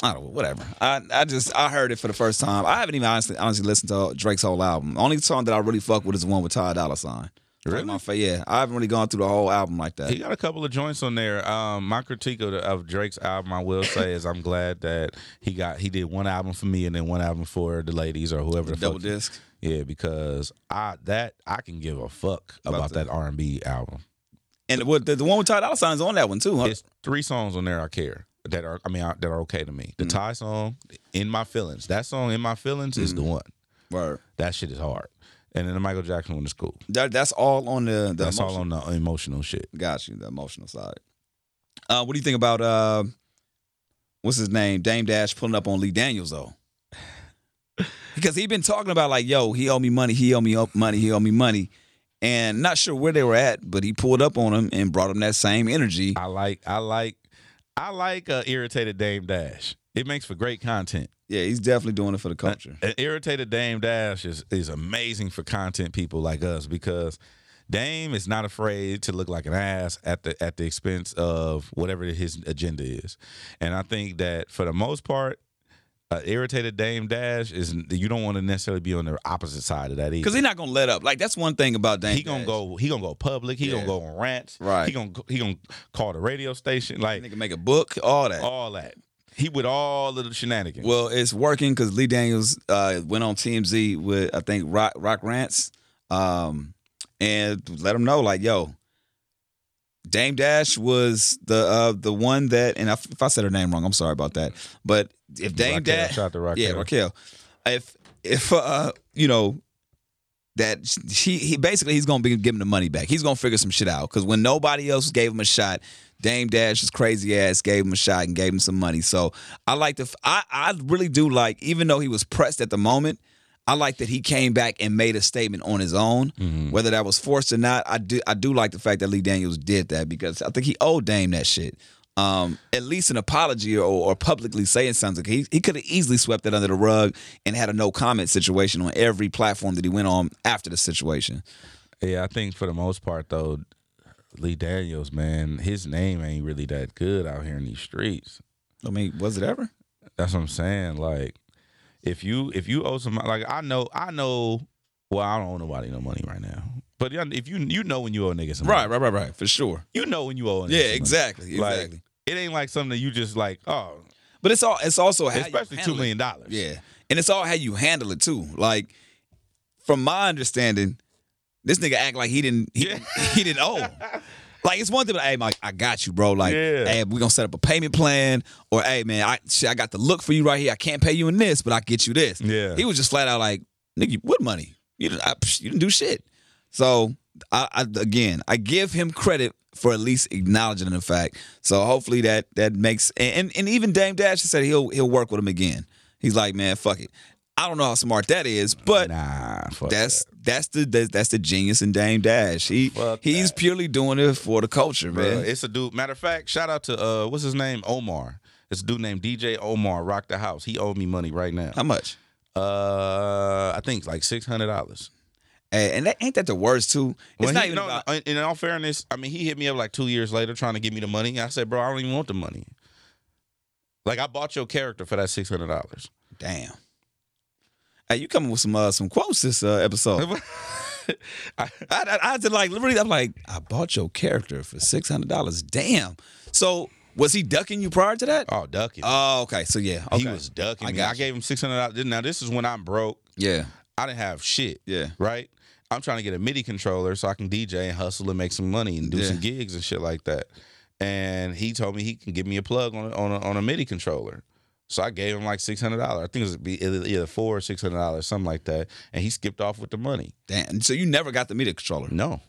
Speaker 4: I don't know, whatever. I, I just I heard it for the first time. I haven't even honestly honestly listened to Drake's whole album. Only song that I really fuck with is the one with Ty Dolla Sign.
Speaker 5: Really?
Speaker 4: My fa- yeah, I haven't really gone through the whole album like that.
Speaker 5: He got a couple of joints on there. Um, my critique of, the, of Drake's album, I will say, is I'm glad that he got he did one album for me and then one album for the ladies or whoever. The
Speaker 4: double
Speaker 5: fuck-
Speaker 4: disc.
Speaker 5: Yeah, because I that I can give a fuck about,
Speaker 4: About
Speaker 5: that R and B album.
Speaker 4: And what the, the one with Ty Dolla Sign is on that one too. Huh?
Speaker 5: It's three songs on there I care that are I mean I, that are okay to me. The
Speaker 4: Mm.
Speaker 5: Ty song, In My Feelings. That song, In My Feelings, is
Speaker 4: Mm.
Speaker 5: the one.
Speaker 4: Word.
Speaker 5: That shit is hard. And then the Michael Jackson one is cool.
Speaker 4: That, that's all on the. the
Speaker 5: That's all
Speaker 4: emotion-
Speaker 5: on the emotional shit.
Speaker 4: Got you. The emotional side. Uh, what do you think about uh, what's his name? Dame Dash pulling up on Lee Daniels though, because he been talking about like, yo, he owe me money, he owe me up money, he owe me money, and not sure where they were at, but he pulled up on him and brought him that same energy.
Speaker 5: I like I like I like uh, irritated Dame Dash. It makes for great content.
Speaker 4: Yeah, he's definitely doing it for the culture.
Speaker 5: An irritated Dame Dash is is amazing for content people like us because Dame is not afraid to look like an ass at the at the expense of whatever his agenda is, and I think that for the most part, uh, irritated Dame Dash is you don't want to necessarily be on the opposite side of that either.
Speaker 4: Because he's not gonna let up. Like that's one thing about Dame.
Speaker 5: he gonna
Speaker 4: Dash.
Speaker 5: go. He gonna go public. He
Speaker 4: Yeah.
Speaker 5: gonna go on rants.
Speaker 4: Right.
Speaker 5: He gonna he gonna call the radio station. Like
Speaker 4: Nigga make a book, all that.
Speaker 5: all that. He with all of the shenanigans.
Speaker 4: Well, it's working because Lee Daniels uh, went on TMZ with I think Rock Rock Rants, um, and let them know like, yo, Dame Dash was the uh, the one that, and if if I said her name wrong, I'm sorry about that. But if Dame
Speaker 5: Raquel,
Speaker 4: Dash,
Speaker 5: shout out to Raquel.
Speaker 4: yeah, Raquel, if if uh, you know that she he basically he's gonna be giving the money back. He's gonna figure some shit out because when nobody else gave him a shot, Dame Dash's crazy ass gave him a shot and gave him some money. So I like the I I really do like even though he was pressed at the moment, I like that he came back and made a statement on his own, whether that was forced or not. I do I do like the fact that Lee Daniels did that because I think he owed Dame that shit. Um, at least an apology or, or publicly saying something. He he could have easily swept that under the rug and had a no comment situation on every platform that he went on after the situation.
Speaker 5: Yeah, I think for the most part though, Lee Daniels, man, his name ain't really that good out here in these streets.
Speaker 4: I mean, was it ever?
Speaker 5: That's what I'm saying. Like, if you if you owe somebody, like I know I know, well I don't owe nobody no money right now. But yeah, if you you know when you owe a nigga some money.
Speaker 4: right, right, right, for sure.
Speaker 5: You know when you owe. A nigga
Speaker 4: Yeah,
Speaker 5: some money.
Speaker 4: exactly,
Speaker 5: Like,
Speaker 4: exactly.
Speaker 5: it ain't like something that you just like. Oh,
Speaker 4: But it's all it's also how you
Speaker 5: especially two
Speaker 4: handle it.
Speaker 5: million dollars.
Speaker 4: Yeah. And it's all how you handle it too. Like, from my understanding, this nigga act like he didn't he, he didn't owe. Like it's one thing, but hey, Mike, I got you, bro. Like,
Speaker 5: Yeah.
Speaker 4: hey, we gonna set up a payment plan, or hey, man, I shit, I got the look for you right here. I can't pay you in this, but I get you this.
Speaker 5: Yeah.
Speaker 4: he was just flat out like, nigga, what money? You didn't, I, psh, you didn't do shit. So, I, I again, I give him credit for at least acknowledging the fact. So hopefully that that makes and and, and even Dame Dash said he'll he'll work with him again. He's like, man, fuck it. I don't know how smart that is, but
Speaker 5: Nah, fuck
Speaker 4: that's that's the that's, that's the genius in Dame Dash. He
Speaker 5: Fuck
Speaker 4: he's purely doing it for the culture,
Speaker 5: Bruh,
Speaker 4: man.
Speaker 5: It's a dude. Matter of fact, shout out to uh, what's his name? Omar. It's a dude named DJ Omar. Rock the house. He owed me money right now.
Speaker 4: How much?
Speaker 5: Uh, I think like six hundred dollars.
Speaker 4: Hey, and that ain't that the worst too. It's not even about,
Speaker 5: in all fairness, I mean, he hit me up like two years later trying to give me the money. I said, bro, I don't even want the money. Like I bought your character for that six hundred dollars.
Speaker 4: damn. Hey, you coming with some uh, some quotes this uh, episode? I, I, I had to like literally. I'm like, I bought your character for six hundred dollars. Damn. So was he ducking you prior to that?
Speaker 5: Oh, ducking.
Speaker 4: Oh, okay. So yeah, okay.
Speaker 5: He was ducking
Speaker 4: I
Speaker 5: me.
Speaker 4: got
Speaker 5: I
Speaker 4: you.
Speaker 5: gave him six hundred dollars. Now this is when I'm broke.
Speaker 4: Yeah.
Speaker 5: I didn't have shit.
Speaker 4: Yeah.
Speaker 5: Right? I'm trying to get a MIDI controller so I can DJ and hustle and make some money and do
Speaker 4: Yeah.
Speaker 5: some gigs and shit like that. And he told me he can give me a plug on a, on a, on a MIDI controller. So I gave him like six hundred dollars. I think it was be either either four or six hundred dollars, something like that. And he skipped off with the money.
Speaker 4: Damn. So you never got the media controller.
Speaker 5: No,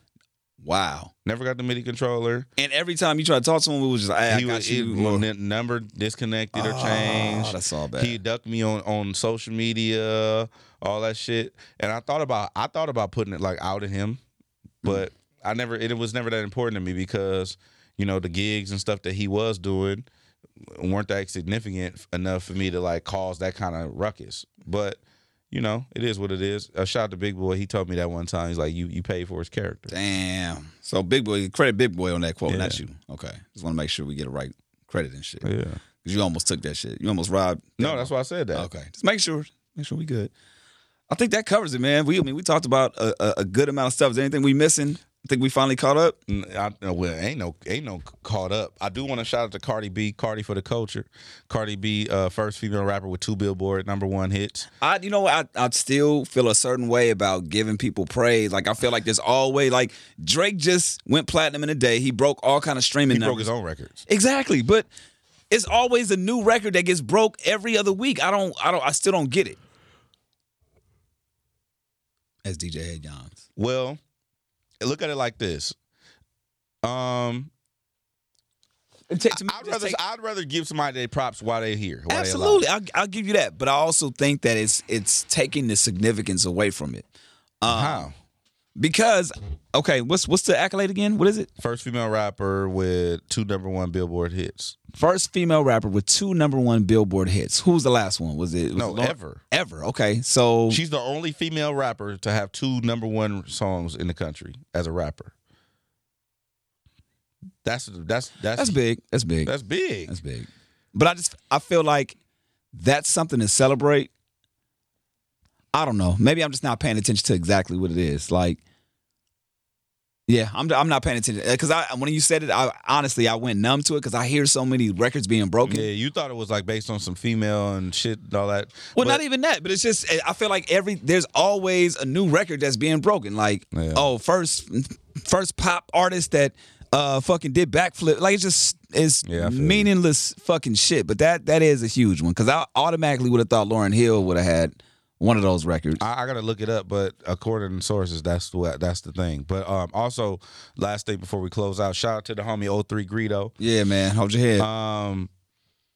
Speaker 4: Wow.
Speaker 5: never got the MIDI controller.
Speaker 4: And every time you try to talk to him, it was just, hey, I
Speaker 5: he
Speaker 4: got
Speaker 5: was
Speaker 4: you.
Speaker 5: he-
Speaker 4: or-
Speaker 5: n- number disconnected or
Speaker 4: Oh,
Speaker 5: changed.
Speaker 4: that's all bad.
Speaker 5: He ducked me on on social media, all that shit. And I thought about I thought about putting it like out of him,
Speaker 4: Hmm.
Speaker 5: but I never it, was never that important to me because you know the gigs and stuff that he was doing weren't that significant enough for me to like cause that kind of ruckus. But you know, it is what it is. A shout out to Big Boy. He told me that one time. He's like, "You you paid for his character."
Speaker 4: Damn. So Big Boy, credit Big Boy on that quote, not
Speaker 5: Yeah.
Speaker 4: you. Okay. Just want to make sure we get it right credit and shit.
Speaker 5: Yeah.
Speaker 4: Because you almost took that shit. You almost robbed.
Speaker 5: No, that's why I said that.
Speaker 4: Okay. Just make sure. Make sure we good. I think that covers it, man. We I mean we talked about a, a, a good amount of stuff. Is there anything we missing? I think we finally caught up.
Speaker 5: N- I, no, well, ain't no, ain't no caught up. I do want to shout out to Cardi B, Cardi for the culture. Cardi B, uh, first female rapper with two Billboard number one hits.
Speaker 4: I, you know, I, I still feel a certain way about giving people praise. Like I feel like there's always like Drake just went platinum in a day. He broke all kind of streaming.
Speaker 5: He broke
Speaker 4: numbers.
Speaker 5: his own records.
Speaker 4: Exactly, but it's always a new record that gets broke every other week. I don't, I don't, I still don't get it. As DJ Head yawns.
Speaker 5: Well, look at it like this. Um, I'd rather I'd rather give somebody their props while they're here. while they alive.
Speaker 4: absolutely, I'll, I'll give you that. But I also think that it's it's taking the significance away from it. Um,
Speaker 5: How?
Speaker 4: Because okay, what's what's the accolade again? What is it?
Speaker 5: First female rapper with two number one Billboard hits.
Speaker 4: First female rapper with two number one Billboard hits. Who was the last one? Was it was
Speaker 5: No,
Speaker 4: it Lord-
Speaker 5: ever.
Speaker 4: ever? Okay, so
Speaker 5: She's the only female rapper to have two number one songs in the country as a rapper. That's that's that's
Speaker 4: that's big. That's big.
Speaker 5: That's big.
Speaker 4: That's big. But I just I feel like that's something to celebrate. I don't know. Maybe I'm just not paying attention to exactly what it is. Like, yeah, I'm I'm not paying attention because I when you said it, I honestly I went numb to it because I hear so many records being broken.
Speaker 5: Yeah, you thought it was like based on some female and shit and all that.
Speaker 4: Well,
Speaker 5: But-
Speaker 4: not e-, even that, but it's just eh, I feel like every there's always a new record that's being broken. Like,
Speaker 5: Yeah.
Speaker 4: oh, first first pop artist that uh fucking did backflip. Like it's just it's
Speaker 5: Yeah, I feel you.
Speaker 4: meaningless fucking shit. But that that is a huge one because I automatically would have thought Lauren Hill would have had one of those records.
Speaker 5: I, I gotta look it up, but according to sources, that's what that's the thing. But um, also, last thing before we close out, shout out to the homie 03 Greedo.
Speaker 4: Uh, yeah, man, hold your head.
Speaker 5: Um,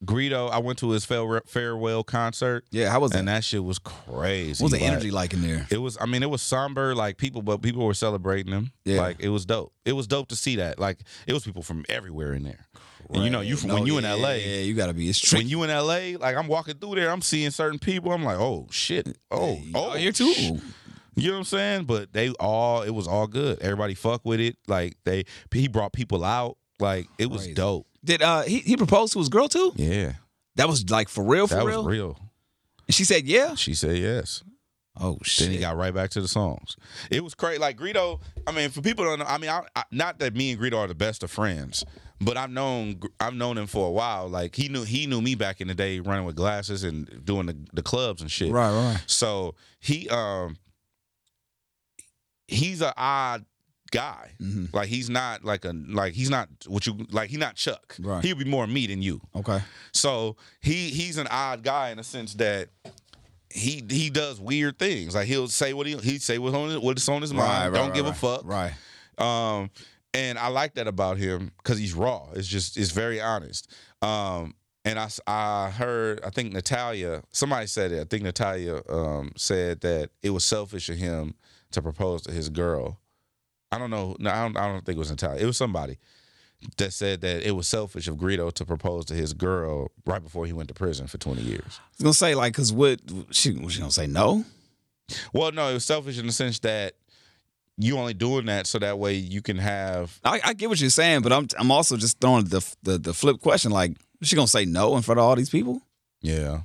Speaker 5: Greedo, I went to his farewell, farewell concert.
Speaker 4: Yeah, how was
Speaker 5: that? And that shit was crazy.
Speaker 4: What was the energy like in there?
Speaker 5: It was. I mean, it was somber. Like people, but people were celebrating him.
Speaker 4: Yeah.
Speaker 5: Like it was dope. It was dope to see that. Like it was people from everywhere in there. And you know, you from,
Speaker 4: No,
Speaker 5: when you in
Speaker 4: yeah,
Speaker 5: LA,
Speaker 4: yeah, you gotta be. It's
Speaker 5: when you in LA, like I'm walking through there, I'm seeing certain people. I'm like, oh shit, oh oh,
Speaker 4: here too.
Speaker 5: You know what I'm saying? But they all, it was all good. Everybody fuck with it. Like they, he brought people out. Like it was
Speaker 4: Crazy.
Speaker 5: dope.
Speaker 4: Did uh he, he propose to his girl too?
Speaker 5: Yeah,
Speaker 4: That was like for real, for
Speaker 5: that
Speaker 4: real.
Speaker 5: was real.
Speaker 4: And she said yeah.
Speaker 5: She said yes.
Speaker 4: Oh shit.
Speaker 5: Then he got right back to the songs. It was crazy. Like Greedo, I mean, for people don't know, I mean, I, I, not that me and Greedo are the best of friends, but I've known Gr- I've known him for a while. Like he knew he knew me back in the day, running with glasses and doing the, the clubs and shit.
Speaker 4: Right, right.
Speaker 5: So he um he's a odd guy.
Speaker 4: Mm-hmm.
Speaker 5: Like he's not like a like he's not what you like he's not Chuck.
Speaker 4: Right.
Speaker 5: He'd be more me than you.
Speaker 4: Okay.
Speaker 5: So he he's an odd guy in the sense that he he does weird things. Like he'll say what he he say what's on his, what's on his mind. Don't give a fuck.
Speaker 4: Right.
Speaker 5: Um, and I like that about him because he's raw. It's just it's very honest. Um, and I s- I heard I think Natalia somebody said it. I think Natalia um said that it was selfish of him to propose to his girl. I don't know. No, I don't. I don't think it was Natalia. It was somebody that said that it was selfish of Greedo to propose to his girl right before he went to prison for twenty years.
Speaker 4: I was gonna say like, cause what she was she gonna say no?
Speaker 5: Well, no, it was selfish in the sense that you only doing that so that way you can have
Speaker 4: I, I get what you're saying, but I'm I'm also just throwing the the, the flip question like, is she gonna say no in front of all these people?
Speaker 5: Yeah.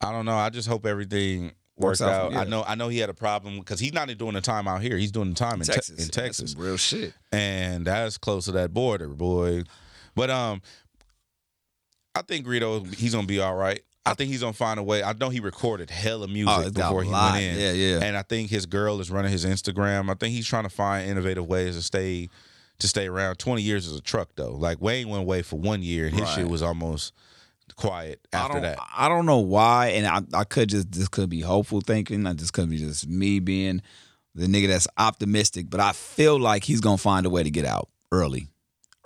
Speaker 5: I don't know. I just hope everything works,
Speaker 4: Works out
Speaker 5: out.
Speaker 4: for- yeah.
Speaker 5: I know I know he had a problem because he's not doing the time out here. He's doing the time in Texas. in
Speaker 4: Yeah, that's
Speaker 5: Texas.
Speaker 4: some real shit.
Speaker 5: And that's close to that border, boy. But um I think Greedo he's gonna be all right. I think he's gonna find a way. I know he recorded hella music
Speaker 4: Oh, it's got a
Speaker 5: before he
Speaker 4: lot.
Speaker 5: went in.
Speaker 4: Yeah, yeah.
Speaker 5: And I think his girl is running his Instagram. I think he's trying to find innovative ways to stay to stay around. Twenty years is a truck though. Like Wayne went away for one year and his
Speaker 4: Right.
Speaker 5: shit was almost quiet after
Speaker 4: I don't,
Speaker 5: that.
Speaker 4: I don't know why, and I, I could just this could be hopeful thinking. I just could be just me being the nigga that's optimistic, but I feel like he's gonna find a way to get out early,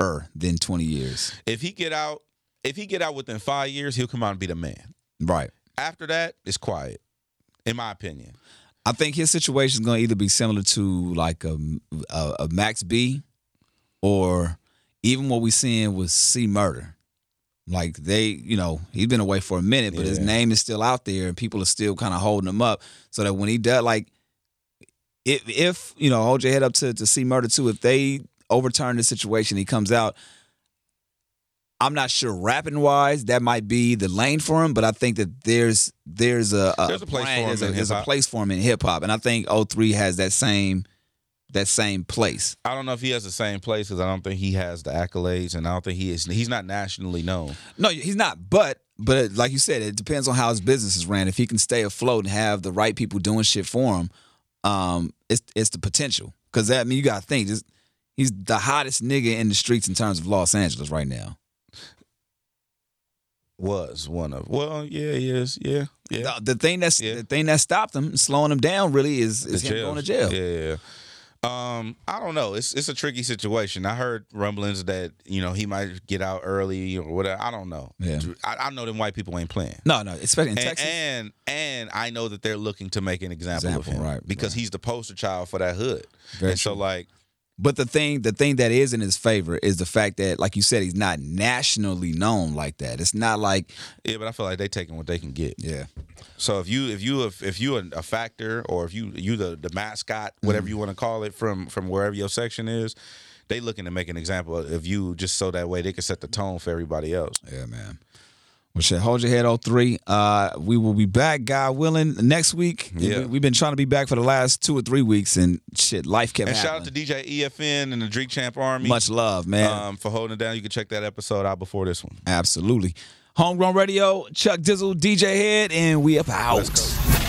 Speaker 4: er, than twenty years.
Speaker 5: If he get out, if he get out within five years, he'll come out and be the man.
Speaker 4: Right.
Speaker 5: After that, it's quiet, in my opinion.
Speaker 4: I think his situation is going to either be similar to like a, a, a Max B, or even what we seeing with C Murder. Like they, you know, he's been away for a minute, but his
Speaker 5: Yeah.
Speaker 4: name is still out there, and people are still kind of holding him up. So that when he does, like, if if you know, hold your head up to to C Murder too. If they overturn the situation, he comes out. I'm not sure rapping wise that might be the lane for him, but I think that there's there's a,
Speaker 5: There's a place
Speaker 4: brand,
Speaker 5: for him
Speaker 4: there's a,
Speaker 5: in
Speaker 4: there's a
Speaker 5: hip-hop.
Speaker 4: place for him in hip hop, and I think 03 has that same that same place.
Speaker 5: I don't know if he has the same place because I don't think he has the accolades, and I don't think he is. He's not nationally known.
Speaker 4: No, he's not, but but like you said, it depends on how his business is ran. If he can stay afloat and have the right people doing shit for him, um, it's it's the potential. Because that I mean, you got to think, just he's the hottest nigga in the streets in terms of Los Angeles right now.
Speaker 5: Was one of well, yeah, he is, yeah, yeah.
Speaker 4: The, the thing that's
Speaker 5: Yeah.
Speaker 4: the thing that stopped him, slowing him down, really is is
Speaker 5: The
Speaker 4: him going to jail.
Speaker 5: Yeah, yeah. Um, I don't know. It's it's a tricky situation. I heard rumblings that you know he might get out early or whatever. I don't know.
Speaker 4: Yeah.
Speaker 5: I, I know them white people ain't playing.
Speaker 4: No, no, especially in
Speaker 5: and,
Speaker 4: Texas.
Speaker 5: And and I know that they're looking to make an example,
Speaker 4: Example,
Speaker 5: of him,
Speaker 4: right,
Speaker 5: Because he's the poster child for that hood,
Speaker 4: Very
Speaker 5: and so
Speaker 4: true.
Speaker 5: like,
Speaker 4: But the thing, the thing that is in his favor is the fact that, like you said, he's not nationally known like that. It's not like,
Speaker 5: yeah. But I feel like they taking what they can get.
Speaker 4: yeah,
Speaker 5: So if you if you if, if you a factor or if you you the the mascot, whatever
Speaker 4: Mm-hmm.
Speaker 5: you want to call it, from from wherever your section is, they looking to make an example of you, just so that way they can set the tone for everybody else.
Speaker 4: yeah, man. Well, shit, hold your head, 03. Uh, we will be back, God willing, next week.
Speaker 5: Yeah.
Speaker 4: We, have been trying to be back for the last two or three weeks, and shit, life kept
Speaker 5: And shout out to
Speaker 4: happening.
Speaker 5: DJ EFN and the Drink Champ Army
Speaker 4: Much love, man.
Speaker 5: um, for holding it down. You can check that episode out before this one.
Speaker 4: Absolutely. Homegrown Radio, Chuck Dizzle, DJ Head, and we up out.